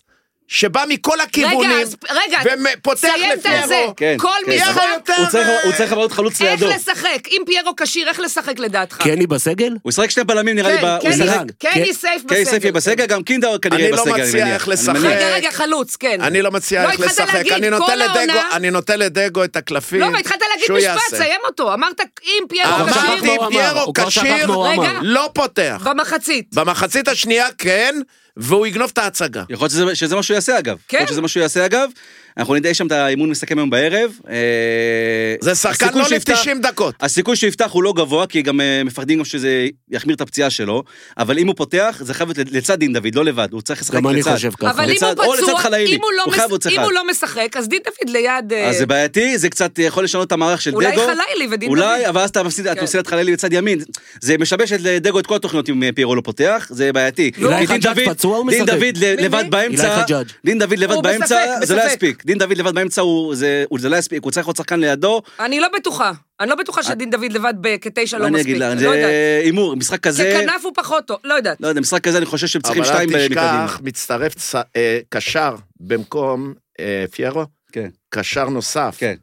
שבא מכל הכיוונים,
רגע, אז- רגע,
ופותח
סיים את זה.
לפיירו.
כן,
כל
כן.
משחק,
פיירו יותר...
הוא צריך- הוא צריך אבל עוד חלוץ
אה, איך
לידו.
לשחק? אם פיירו כשיר, איך לשחק לדעתך?
קני בסגל?
הוא ישחק שני בלמים נראה לי,
כן,
ב- הוא
כן,
ישחק-
כן, כן,
כן.
סייף בסגל. כן.
קייסף יהיה בסגל, גם קינדה כנראה
אני
יהיה
לא
בסגל, אני מניח.
מציע איך
אני
לשחק.
מניח.
רגע, רגע, חלוץ, כן.
אני לא מציע איך
התחלת
לשחק,
להגיד,
אני
כל
נותן לדגו,
העונה-
אני נותן לדגו את הקלפים,
לא, אבל התחלת להגיד
שהוא
משפט,
יעשה.
סיים אותו. אמרת, אם פיירו
אמרתי,
שכח מה
כשיר,
הוא אמר,
פיירו
הוא כבר שכח
כשיר,
מה הוא
רגע.
אמר.
לא פותח.
במחצית.
במחצית השנייה כן, והוא יגנוב את ההצגה.
יכול להיות שזה- שזה מה שהוא יעשה אגב.
כן.
יכול להיות שזה מה שהוא יעשה אגב. אנחנו נדע שם את האימון מסכם היום בערב. אה,
זה שחקן
הסיכוי
לא
שיפתח-
ל-90 דקות.
הסיכוי שיפתח הוא לא גבוה, כי גם אה, מפחדים גם שזה יחמיר את הפציעה שלו, אבל אם הוא פותח, זה חייב להיות לצד דין דוד, לא לבד, הוא צריך לשחק לצד.
גם אני חושב ככה.
אבל אם
לצד-
הוא
או לצד
פצוע,
חלאילי.
אם הוא לא
הוא
מש-
חייב עוד
אם
אחד.
הוא לא משחק, אז דין דוד ליד... אה,
אז זה בעייתי, זה קצת יכול לשנות את המערך של
אולי
דגו.
חלילי ודין
אולי,
דוד.
אבל אז אתה מפסיד, את
כן.
מפסיד את חלילי בצד ימין. זה משבש את דגו את כל התוכניות אם פירו לא פותח, זה בעייתי.
אולי
כי דין
חג'אג'
דוד-
פצוע, הוא
דין
משחק.
דוד ל-
לא. מי?
לבד
מי?
באמצע,
אילי חג'אג'.
דין דוד לבד
הוא
באמצע,
בספק,
זה לא
בספק.
יספיק. דין דוד לבד באמצע, הוא- זה הוא- זה לא יספיק, הוא צריך עוד שחקן לידו.
אני לא בטוחה. אני לא בטוחה שדין דוד לבד בכתשע לא
אני אגיד
מספיק.
לה,
אני לא יודעת.
זה הימור, משחק כזה,
ככנף הוא פחות טוב, לא יודעת.
לא יודע, משחק כזה אני חושב שהם צריכים
אבל אל
שתיים אה, מקדימה.
תשכח, מצטרף צ- אה, קשר במקום אה, פיירו,
כן.
קשר נוסף.
כן.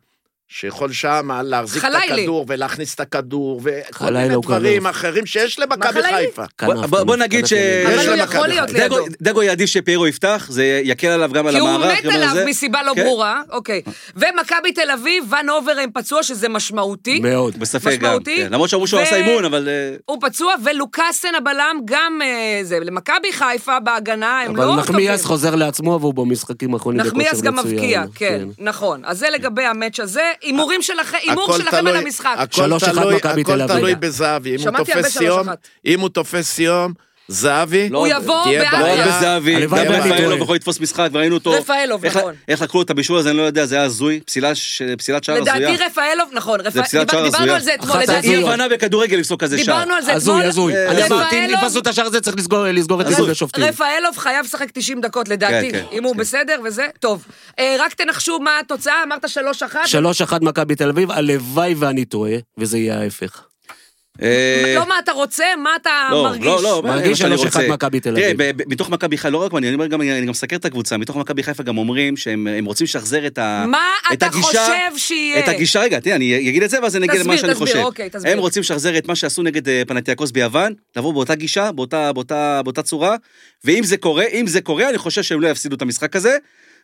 שיכול שם להחזיק את
חלילי.
הכדור ולהכניס את הכדור וכל
חלילי לא
מיני
הוא
דברים
כנף.
אחרים שיש למכבי
חלילי?
חיפה.
כנף,
בוא- בוא
כנף,
נגיד
כנף
ש-
ימין.
יש
אבל הוא
למכבי
יכול להיות
חיפה.
לידו.
דגו- דגו יעדיף שפיירו יפתח, זה יקל עליו גם על
כי
המערך.
הוא מת
גם על
עליו
זה.
מסיבה לא
כן.
ברורה, אוקיי. ומכבי תל אביב, ון אוברהם פצוע, שזה משמעותי.
מאוד.
בספק גם,
משמעותי.
כן. למרות שאמרו שהוא
ו-
עשה אימון, אבל... אה,
הוא פצוע, ולוקאסן הבלם גם אה, זה. למכבי חיפה בהגנה, הם לא
אבל
טובים.
נחמיאס חוזר לעצמו, והוא במשחקים האחרונים בכושר מצוין.
נחמיאס גם מבקיע, כן, נכון. אז זה לגבי המאץ' הזה. הימורים שלכם, הימור
הכל
שלכם על
תלוי-
המשחק.
הכל
שלוש אחד
תלוי-
מכבי תל
הכל
אביב.
תלוי
רגע.
בזהבי, אם הוא
שמעתי הרבה
תופס
שלוש
יום,
אחת.
אם הוא תופס יום, זהבי,
לא,
הוא יבוא
תהיה
בעד.
לא
בעיה.
רק בזהבי,
הלוואי
גם
ואני
רפאלוב
טועה.
יכול לתפוס משחק, וראינו אותו.
רפאלוב,
איך-
נכון.
איך לקחו לו את הבישול הזה, אני לא יודע, זה היה הזוי, פסילה ש- פסילת שער הזויה.
לדעתי רפאלוב, נכון, רפא-
פסילת
דיבר-
שער
דיברנו
הזויה.
על זה אתמול,
אחת
לדעתי,
אי
הזויות.
הבנה בכדורגל לפסוק כזה שער.
דיברנו על זה אתמול. לא-
הזוי, הזוי.
אה,
אני
רפאלוב-
אמרתי, אם יפסו את השער הזה צריך לסגור- לסגור את
הזוי.
איגוד השופטים.
רפאלוב חייב לשחק 90 דקות לדעתי,
כן, כן.
אם הוא בסדר וזה, טוב. אה, רק תנחשו מה התוצאה, אמרת 3-1?
3-1 מכבי תל אביב, הלוואי ואני טועה, וזה יהיה ההפך.
אה,
לא מה אתה רוצה, מה אתה
לא,
מרגיש.
לא, לא,
מרגיש
מה שאני
שלוש אחד
רוצה.
מכבי תל
תראה,
אביב.
ב- ב- מתוך מכבי חיפה, לא רק אני אומר גם, אני גם מסקר את הקבוצה, מתוך מכבי חיפה גם אומרים שהם הם רוצים לשחזר את ה...
מה
את
אתה
הגישה-
חושב שיהיה?
את הגישה, רגע, תראה, אני אגיד את זה ואז אני אגיד
תסביר,
מה שאני
תסביר,
חושב.
אוקיי, תסביר.
הם רוצים לשחזר את מה שעשו נגד אה, פנתיאקוס ביוון, לבוא באותה גישה, באותה, באותה, באותה צורה, ואם זה קורה, אם זה קורה, אני חושב שהם לא יפסידו את המשחק הזה.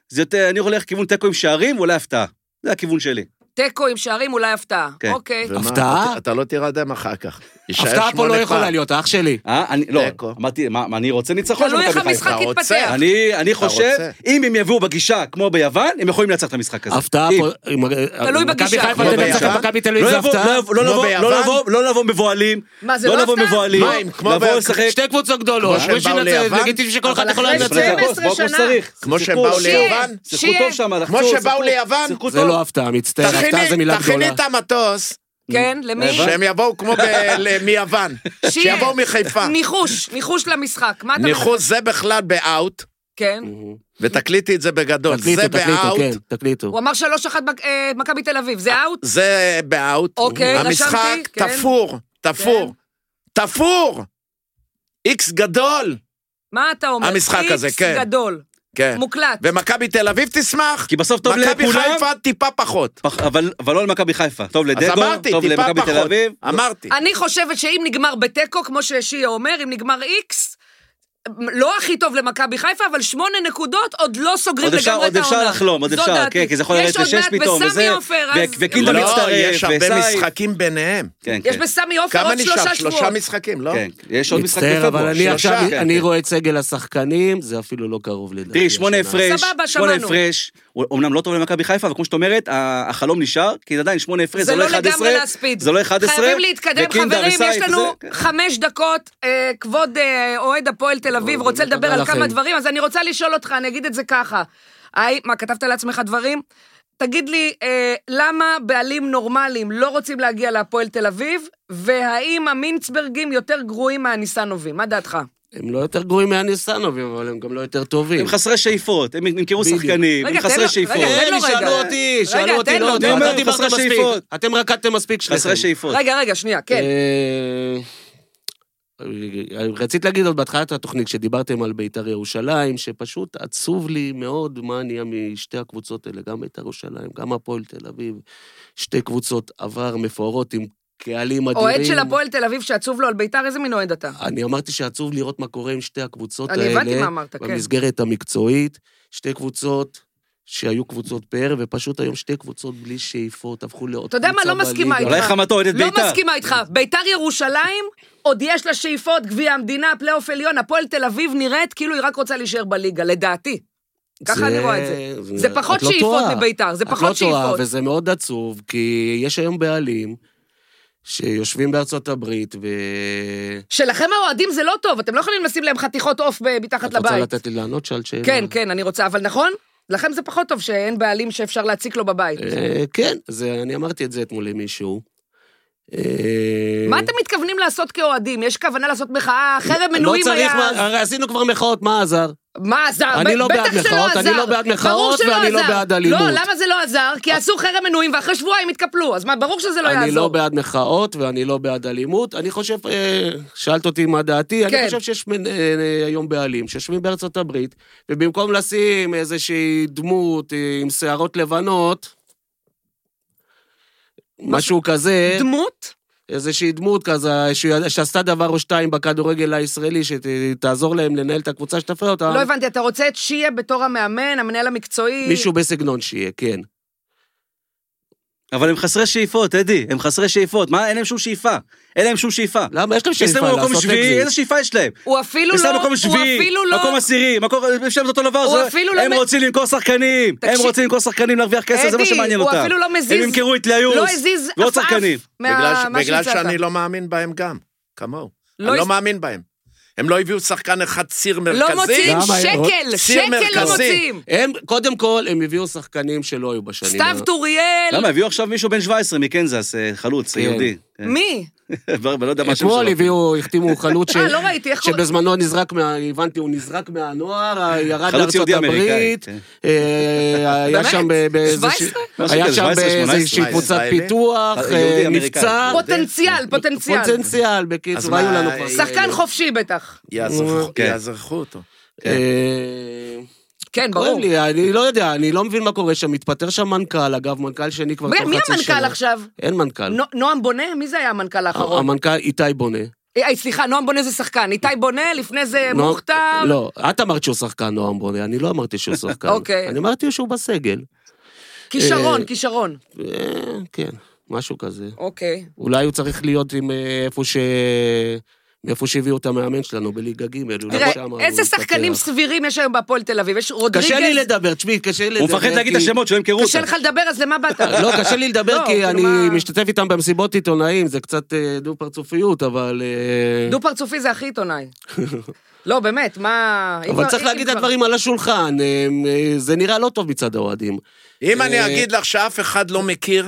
זה יותר, אני הולך כיוון תיקו עם שערים ואולי הפתעה. זה הכיוון שלי.
תיקו עם שערים, אולי הפתעה.
כן.
אוקיי.
ומה,
הפתעה?
אתה- אתה לא תירדם אחר כך. יישאר
הפתעה פה לא
שמונה פעם.
יכולה להיות, אח שלי.
אה, אני, לא,
תיקו.
אמרתי, מה, מה, אני רוצה ניצחון של
תלוי איך
מכבי חיפה.
המשחק
אתה רוצה?
יתפתח.
אני, אני חושב,
רוצה?
אם הם יביאו בגישה כמו ביוון, הם יכולים לנצח את המשחק הזה.
הפתעה
אה, אם.
פה... תלוי
בגישה.
מכבי
לא
חיפה תנצח
בגישה.
את מכבי תל אביב,
לא
זה
לבוא-
הפתעה.
לא לבוא- לא
כמו
לבוא-
ביוון?
לא לבוא- לא לבוא מבוהלים,
מה, זה
לא
לא
לבוא
הפתעה?
מבוהלים,
מה, אם כמו
לבוא
ביוון-
לשחק,
שתי קבוצות
כמו
גדולות,
שהם
מי
באו
שינצח,
ליוון?
לגיטימי שכל אחד
אבל
יכול
אחרי
לנצח.
זה- 12
בוא כמו
שנה.
שצריך.
כמו שהם
שיחקו-
באו
שיחקו-
ליוון?
שיחקו טוב שם, לחצו,
כמו שבאו
שיחקו-
ליוון?
שיחקו
זה
טוב.
לא הפתעה, מצטער, הפתעה זה
תכיני
מילה
תכיני
גדולה.
את המטוס,
כן, למי?
הבנתי.
שהם יבואו כמו ב- ל- מיוון,
שיהיה.
שיבואו מחיפה.
ניחוש, ניחוש למשחק. מה אתה...
ניחוש זה בכלל באאוט,
כן.
ותקליטי את זה בגדול,
תקליטו,
זה
תקליטו,
באאוט,
כן, תקליטו.
הוא אמר 3-1 מק- אה, מכבי תל אביב, זה אאוט?
זה באאוט.
אוקיי,
המשחק
רשמתי, כן.
תפור, תפור, תפור! איקס גדול!
מה אתה אומר?
המשחק הזה,
איקס
כן.
גדול,
כן.
מוקלט.
ומכבי תל אביב תשמח,
כי בסוף טוב
מכבי
לכולם,
חיפה טיפה פחות.
פח- אבל אבל לא למכבי חיפה. טוב
אז
לדגו,
אמרתי,
טוב
טיפה
למכבי תל
פחות.
אביב.
אמרתי.
אני חושבת שאם נגמר בתיקו, כמו ששיה אומר, אם נגמר איקס, לא הכי טוב למכבי חיפה, אבל שמונה נקודות עוד לא סוגרים
עוד
לגמרי את
אפשר,
העונה.
עוד אפשר לחלום, עוד
זו
אפשר,
דעתי.
כן, כי זה יכול לרדת לשש פתאום,
יש עוד
וזה,
מעט בסמי עופר,
ו-
אז...
וקינדה
לא,
מצטרף,
יש הרבה
וסאי.
משחקים ביניהם.
כן,
יש
כן.
בסמי עופר
כמה
עוד
נשאר?
שלושה
שלושה
שבועות.
משחקים, לא?
כן, יש עוד משחק
מצטער,
בפברואר.
אבל אני
שלושה,
עכשיו,
כן,
אני
כן.
רואה את סגל השחקנים, זה אפילו לא קרוב לדעתי.
תראי, שמונה
השנה.
הפרש,
סבבה,
שמונה
שמענו.
הפרש, הוא אמנם לא טוב למכבי חיפה, אבל כמו שאת אומרת, ה- החלום נשאר, כי זה עדיין שמונה הפרש,
זה לא
11,
לגמרי להספיד.
זה לא 11,
חייבים להתקדם,
וקינדה
חברים,
וסייף,
יש לנו
זה-
חמש דקות. אה, כבוד אה, אוהד הפועל תל אביב
אוי,
רוצה
באמת,
לדבר
תודה
על
לכם.
כמה דברים, אז אני רוצה לשאול אותך, אני אגיד את זה ככה. היי, מה, כתבת לעצמך דברים? תגיד לי, אה, למה בעלים נורמליים לא רוצים להגיע להפועל תל אביב, והאם המינצברגים יותר גרועים מהניסנובים? מה דעתך?
הם לא יותר גרועים מהניסנובים, אבל הם גם לא יותר טובים.
הם חסרי שאיפות, הם ימכרו
בדיוק.
שחקנים, הם
רגע, תן
חסרי
לו-
שאיפות.
רגע, תן לו
כן, שאלו
רגע.
אותי,
רגע,
שאלו אותי,
תן לו,
לא,
תן לו.
אתה דיברת
חסרי
מספיק.
שאיפות.
אתם רקדתם מספיק שלכם.
כן.
חסרי שאיפות.
רגע, רגע, שנייה, כן.
אה, רצית להגיד עוד בהתחלת התוכנית, כשדיברתם על בית"ר ירושלים, שפשוט עצוב לי מאוד מה נהיה משתי הקבוצות האלה, גם בית"ר ירושלים, גם הפועל תל אביב, שתי קבוצות עבר מפוארות עם קהלים אדירים.
אוהד של הפועל תל אביב שעצוב לו על ביתר, איזה מין אוהד אתה?
אני אמרתי שעצוב לראות מה קורה עם שתי הקבוצות
אני
האלה.
הבנתי מה אמרת, כן.
במסגרת המקצועית, שתי קבוצות שהיו קבוצות פאר, ופשוט היום שתי קבוצות בלי שאיפות, הפכו לעוד
אתה יודע מה?
קבוצה
לא מסכימה
בליגה.
אולי חמתו אוהדת
לא
בית"ר.
מסכימה איתך. ביתר ירושלים, עוד יש לה שאיפות, גביע המדינה, פלייאוף עליון, הפועל תל אביב נראית כאילו היא רק רוצה להישאר בליגה, לדעתי. ככה אני רואה את זה. זה פחות
את לא
שאיפות
טועה.
מביתר, זה פחות
את לא טועה,
שאיפות.
וזה מאוד עצוב, כי יש היום בעלים שיושבים בארצות הברית, ו...
שלכם האוהדים זה לא טוב, אתם לא יכולים לשים להם חתיכות עוף ב- מתחת
את רוצה
לבית.
לתת לי לענות? שאלת שאלה.
כן, כן, אני רוצה, אבל נכון? לכם זה פחות טוב שאין בעלים שאפשר להציק לו בבית.
אה, כן, זה, אני אמרתי את זה אתמול למישהו. אה,
מה אתם מתכוונים לעשות כאוהדים? יש כוונה לעשות מחאה? חרם מנויים
לא
היה...
צריך, מה- הרי עשינו כבר מחאות, מה עזר?
מה עזר?
אני
ב-
לא
בטח שלא
בעד מחאות, אני
עזר.
לא בעד
ברור
מחאות
שלא
ואני לא
עזר.
בעד אלימות.
לא,
אה.
למה זה לא עזר? כי עשו חרם מנויים ואחרי שבועיים התקפלו, אז מה, ברור שזה לא יעזור.
אני לא בעד מחאות ואני לא בעד אלימות. אני חושב, אה, שאלת אותי מה דעתי,
כן.
אני חושב שיש מנ- אה, אה, היום בעלים שיושבים בארצות הברית, ובמקום לשים איזושהי דמות אה, עם שערות לבנות, משהו כזה,
דמות?
איזושהי דמות כזה, שהיא- שעשתה דבר או שתיים בכדורגל הישראלי, שתעזור להם לנהל את הקבוצה שתפרה אותה.
לא הבנתי, אתה רוצה את שיה בתור המאמן, המנהל המקצועי?
מישהו בסגנון שיהיה, כן.
אבל הם חסרי שאיפות, אדי, הם חסרי שאיפות. מה, אין להם שום שאיפה. אין להם שום שאיפה.
למה? יש להם
יש
שאיפה
להם מקום
לעשות
שביעי,
אקזיט.
איזה שאיפה יש להם?
הוא אפילו
יש
לא...
להם מקום
הוא
שביעי,
אפילו לא...
מקום עשירי, מקום... שם זה אותו דבר.
הוא
זה-
אפילו לא
הם
מ-
רוצים למכור שחקנים, הם
תקשיב-
רוצים למכור שחקנים, להרוויח כסף, זה מה
אדי,
שמעניין
הוא
אותם.
אפילו לא מזיז-
הם ימכרו את ליוס,
לא הזיז אף
ועוד
אף
שחקנים.
בגלל,
מה-
ש-
מה
בגלל
שהצעת.
שאני לא מאמין בהם גם, כמוהו.
לא
אני
יש-
לא מאמין בהם. הם לא הביאו שחקן אחד ציר מרכזי.
לא מוציאים
למה?
שקל,
ציר
שקל לא
מרכזי.
מוציאים.
הם, קודם כל, הם הביאו שחקנים שלא היו בשנים.
סתיו
לא-
טוריאל,
למה, הביאו עכשיו מישהו בן 17 מקנזס, אה, חלוץ,
כן.
יהודי. כן.
מי?
לא יודע מה השם
אתמול
שלו.
הביאו, החתימו חלוץ ש...
אה, לא ראיתי, איך קוראים?
שבזמנו נזרק, מה- הבנתי, הוא נזרק מהנוער, אה,
כן.
ירד
חלוץ
לארצות
יהודי אמריקאי,
הברית,
כן.
אה, היה
באמת?
שם ב- באיזה...
17?
משהו
היה
כזה,
שם
17,
באיזושהי
18.
קבוצת
ישראלי.
פיתוח,
יהודי
אה,
אמריקאי.
מבצע.
פוטנציאל, פוטנציאל.
אה, פוטנציאל,
אז
בקיצור, לא
מה,
היו לנו
אה,
כבר...
שחקן חופשי בטח.
יאזרחו-
כן.
יאזרחו אותו.
אה,
כן,
כואב
ברור.
לי, אני לא יודע, אני לא מבין מה קורה שם, מתפטר שם מנכ"ל, אגב, מנכ"ל שני כבר
מי
כבר
מי
חצי אה, שנה.
המנכ"ל עכשיו?
אין מנכ"ל.
נו- נועם בונה? מי זה היה המנכ"ל האחרון?
המנכ"ל איתי בונה.
אה, אה, סליחה, נועם בונה זה שחקן. איתי בונה, לפני זה
נועם-
אה, מוכתר.
לא, את אמרת שהוא שחקן, נועם בונה, אני לא אמרתי שהוא שחקן.
אוקיי.
אני אמרתי שהוא בסגל.
כישרון,
אה,
כישרון.
אה, כן, משהו כזה.
אוקיי.
אולי הוא צריך להיות עם אה, איפה ש... מאיפה שהביאו את המאמן שלנו, בליגה ג' אולי
תראה,
שם הוא
איזה
יתפתח.
שחקנים סבירים יש היום בהפועל תל אביב? יש רודריגז.
קשה לי לדבר, תשמעי, קשה לי לדבר.
הוא מפחד להגיד את
כי-
השמות, שלא ימכרו אותם.
קשה לך לדבר, אז למה באת?
לא, קשה לי לדבר
לא,
כי
כאילו,
אני
מה-
משתתף איתם במסיבות עיתונאים, זה קצת אה, דו-פרצופיות, אבל... אה,
דו-פרצופי זה הכי עיתונאי. לא, באמת, מה... אם
אבל
כבר-
צריך
אם
להגיד את
כבר-
הדברים על השולחן, אה, אה, זה נראה לא טוב מצד האוהדים.
אם
אה,
אני אגיד לך שאף אחד לא מכיר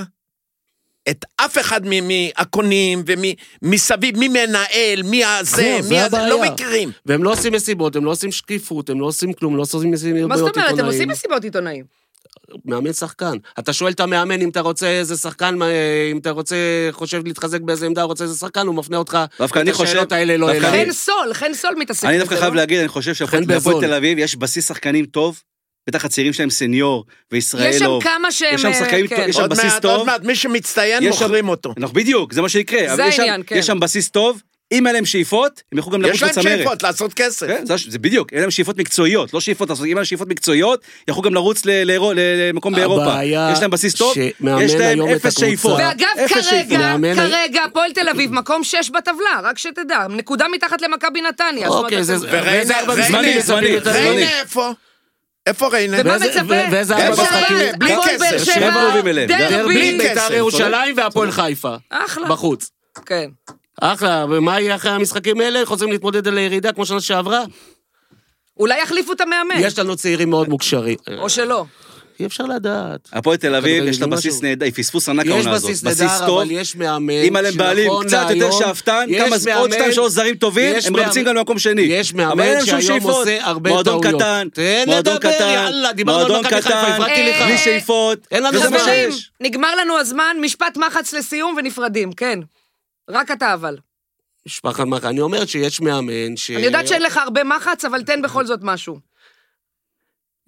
את אף אחד מ- מהקונים ומסביב, מי מנהל, מי הזה,
זהו,
מי
זה
הזה,
הבעיה.
לא מכירים.
והם לא עושים מסיבות, הם לא עושים שקיפות, הם לא עושים כלום, לא עושים מסיבות
מה זאת אומרת, הם עושים
עיתונאים.
מסיבות עיתונאים.
מאמן שחקן. אתה שואל את המאמן אם אתה רוצה איזה שחקן, מה- אם אתה רוצה, חושב להתחזק באיזה עמדה, רוצה איזה שחקן, הוא מפנה אותך.
דווקא אני חושב-
את השאלות האלה לא
דווקא
אליי.
חן סול, חן סול מתעסק
אני
בזה,
דווקא
לא?
חייב להגיד, אני חושב
חן בזול.
שהפועל תל אביב יש בסיס שחקנים טוב, בטח הצעירים שלהם סניור
יש שם
וישראלוב.
כמה שהם...
יש שם שחקנים
אה, כן.
טובים, יש שם
עוד
בסיס
מעט,
טוב.
עוד מעט, מי שמצטיין,
יש שם-
מוכרים אותו.
אנחנו- בדיוק, זה מה שיקרה.
זה
אבל יש שם-
העניין, כן.
יש שם בסיס טוב, אם אין להם שאיפות, הם יוכלו גם לרוץ
יש להם
בצמרת.
שאיפות לעשות כסף.
כן, זה- זה בדיוק, אין להם שאיפות מקצועיות, לא שאיפות לעשות, אם אין להם שאיפות מקצועיות, יכלו גם לרוץ ל- לאירו- ל- למקום באירופה.
הבעיה
יש להם בסיס טוב,
שמאמן
יש להם
היום את
אפס
הקבוצה.
שאיפות.
ואגב,
אפס שאיפות.
כרגע,
מאמן-
כרגע, הפועל תל אביב, מקום שש בטבלה, רק שתדע. נקודה מתחת למכבי נתניה. זאת
אוקיי,
אומרת,
זה...
אתם-
ואיזה ארבע
ריינה-
משחקים
זמני,
מסביב
זמני,
יותר-
זמני.
ריינה איפה? איפה ריינה?
ומה
ואיזה-
מצפה?
ואיזה
באר
ארבע
שבע,
משחקים? בלי
הפועל באר
כסף.
שבע,
שהם קרובים אליהם.
דרבי,
דרבי.
בלי
בית"ר
כסף,
ירושלים והפועל חיפה.
אחלה.
בחוץ.
כן.
אחלה, ומה יהיה אחרי המשחקים האלה? חוזרים להתמודד על הירידה כמו שנה שעברה?
אולי יחליפו את המאמן,
יש לנו צעירים
אה,
מאוד מוכשרים.
או שלא.
אי אפשר לדעת.
הפועל תל אביב, יש לה
משהו.
בסיס נהדר, היא פספוס ענק
יש
העונה הזאת.
בסיס נהדר,
טוב.
אבל יש מאמן
אם עליהם בעלים
שנכון
קצת יותר
להיום-
שאפתן,
יש
כמה עוד
מאמן-
שתיים שלוש זרים טובים,
יש
הם
מאמן-
מרצים גם למקום שני.
יש
אבל אין
מאמן
להם שום
שהיום
שאיפות.
עושה הרבה טעויות.
מועדון קטן,
תן
מועדון
לדבר,
קטן,
יאללה, דיברנו על
מועדון
מכבי חיפה,
קטן,
הפרעתי לך.
בלי שאיפות,
אין לנו
וזה מה
חברים.
שיש.
נגמר לנו הזמן, משפט מחץ לסיום ונפרדים, כן. רק אתה אבל.
משפחת מחץ. אני אומר שיש מאמן ש...
אני
אה,
יודעת שאין לך הרבה מחץ, אבל תן בכל זאת משהו.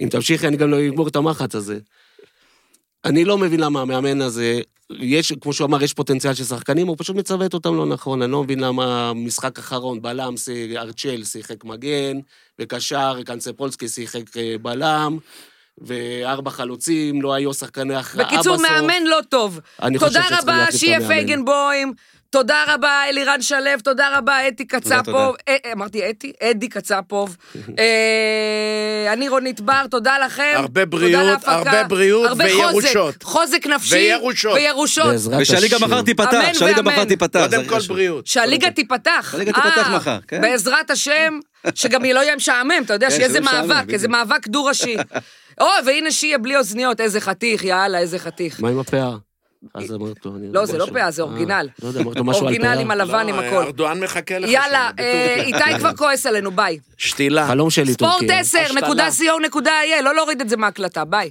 אם תמשיכי, אני גם לא אגמור את המחץ הזה. אני לא מבין למה המאמן הזה, יש, כמו שהוא אמר, יש פוטנציאל של שחקנים, הוא פשוט מצוות אותם לא נכון. אני לא מבין למה משחק אחרון, בלם, ש- ארצ'ל שיחק מגן, וקשר, קנצפולסקי שיחק אה, בלם, וארבע חלוצים, לא היו שחקני הכרעה בסוף.
בקיצור, מאמן לא טוב.
אני חושב
תודה
שצריך
רבה,
להחליף את
שיהיה
המאמן.
פייגנבוים. תודה רבה, אלירן שלו, תודה רבה, אתי
תודה.
קצפוב. אה, אה, אמרתי אתי? אדי קצפוב. אה, אני רונית בר, תודה לכם.
הרבה
תודה
בריאות,
להפקה.
הרבה בריאות
חוזק,
וירושות.
חוזק נפשי.
וירושות.
וירושות.
בעזרת
ושהליגה
השם.
מחר
אמן
תיפתח, שהליגה
ואמן.
מחר תיפתח. זה אה,
קודם
הכי
כל
חשוב.
בריאות.
שהליגה תיפתח.
שהליגה אוקיי. תיפתח
אה,
מחר, כן.
בעזרת השם, שגם היא לא יהיה משעמם, אתה יודע,
כן,
שיהיה
שלא
איזה
יהיה משעמם,
מאבק,
בדיוק.
איזה מאבק דו-ראשי. או, והנה שיהיה בלי אוזניות, איזה חתיך, יאללה, איזה חתיך.
מה עם הפאה? אז אמרת לו, אני...
לא, זה לא
משהו.
פאה, זה אורגינל.
אה, לא יודע, אמרת לו משהו על פאה.
אורגינל עם הלבן, עם
לא,
הכל.
ארדואן מחכה לך.
יאללה,
שם,
אה,
בטורקיה.
איתי כבר כועס עלינו, ביי.
שתילה.
חלום שלי,
ספורט
טורקיה.
10.co.il, לא להוריד את זה מההקלטה, ביי.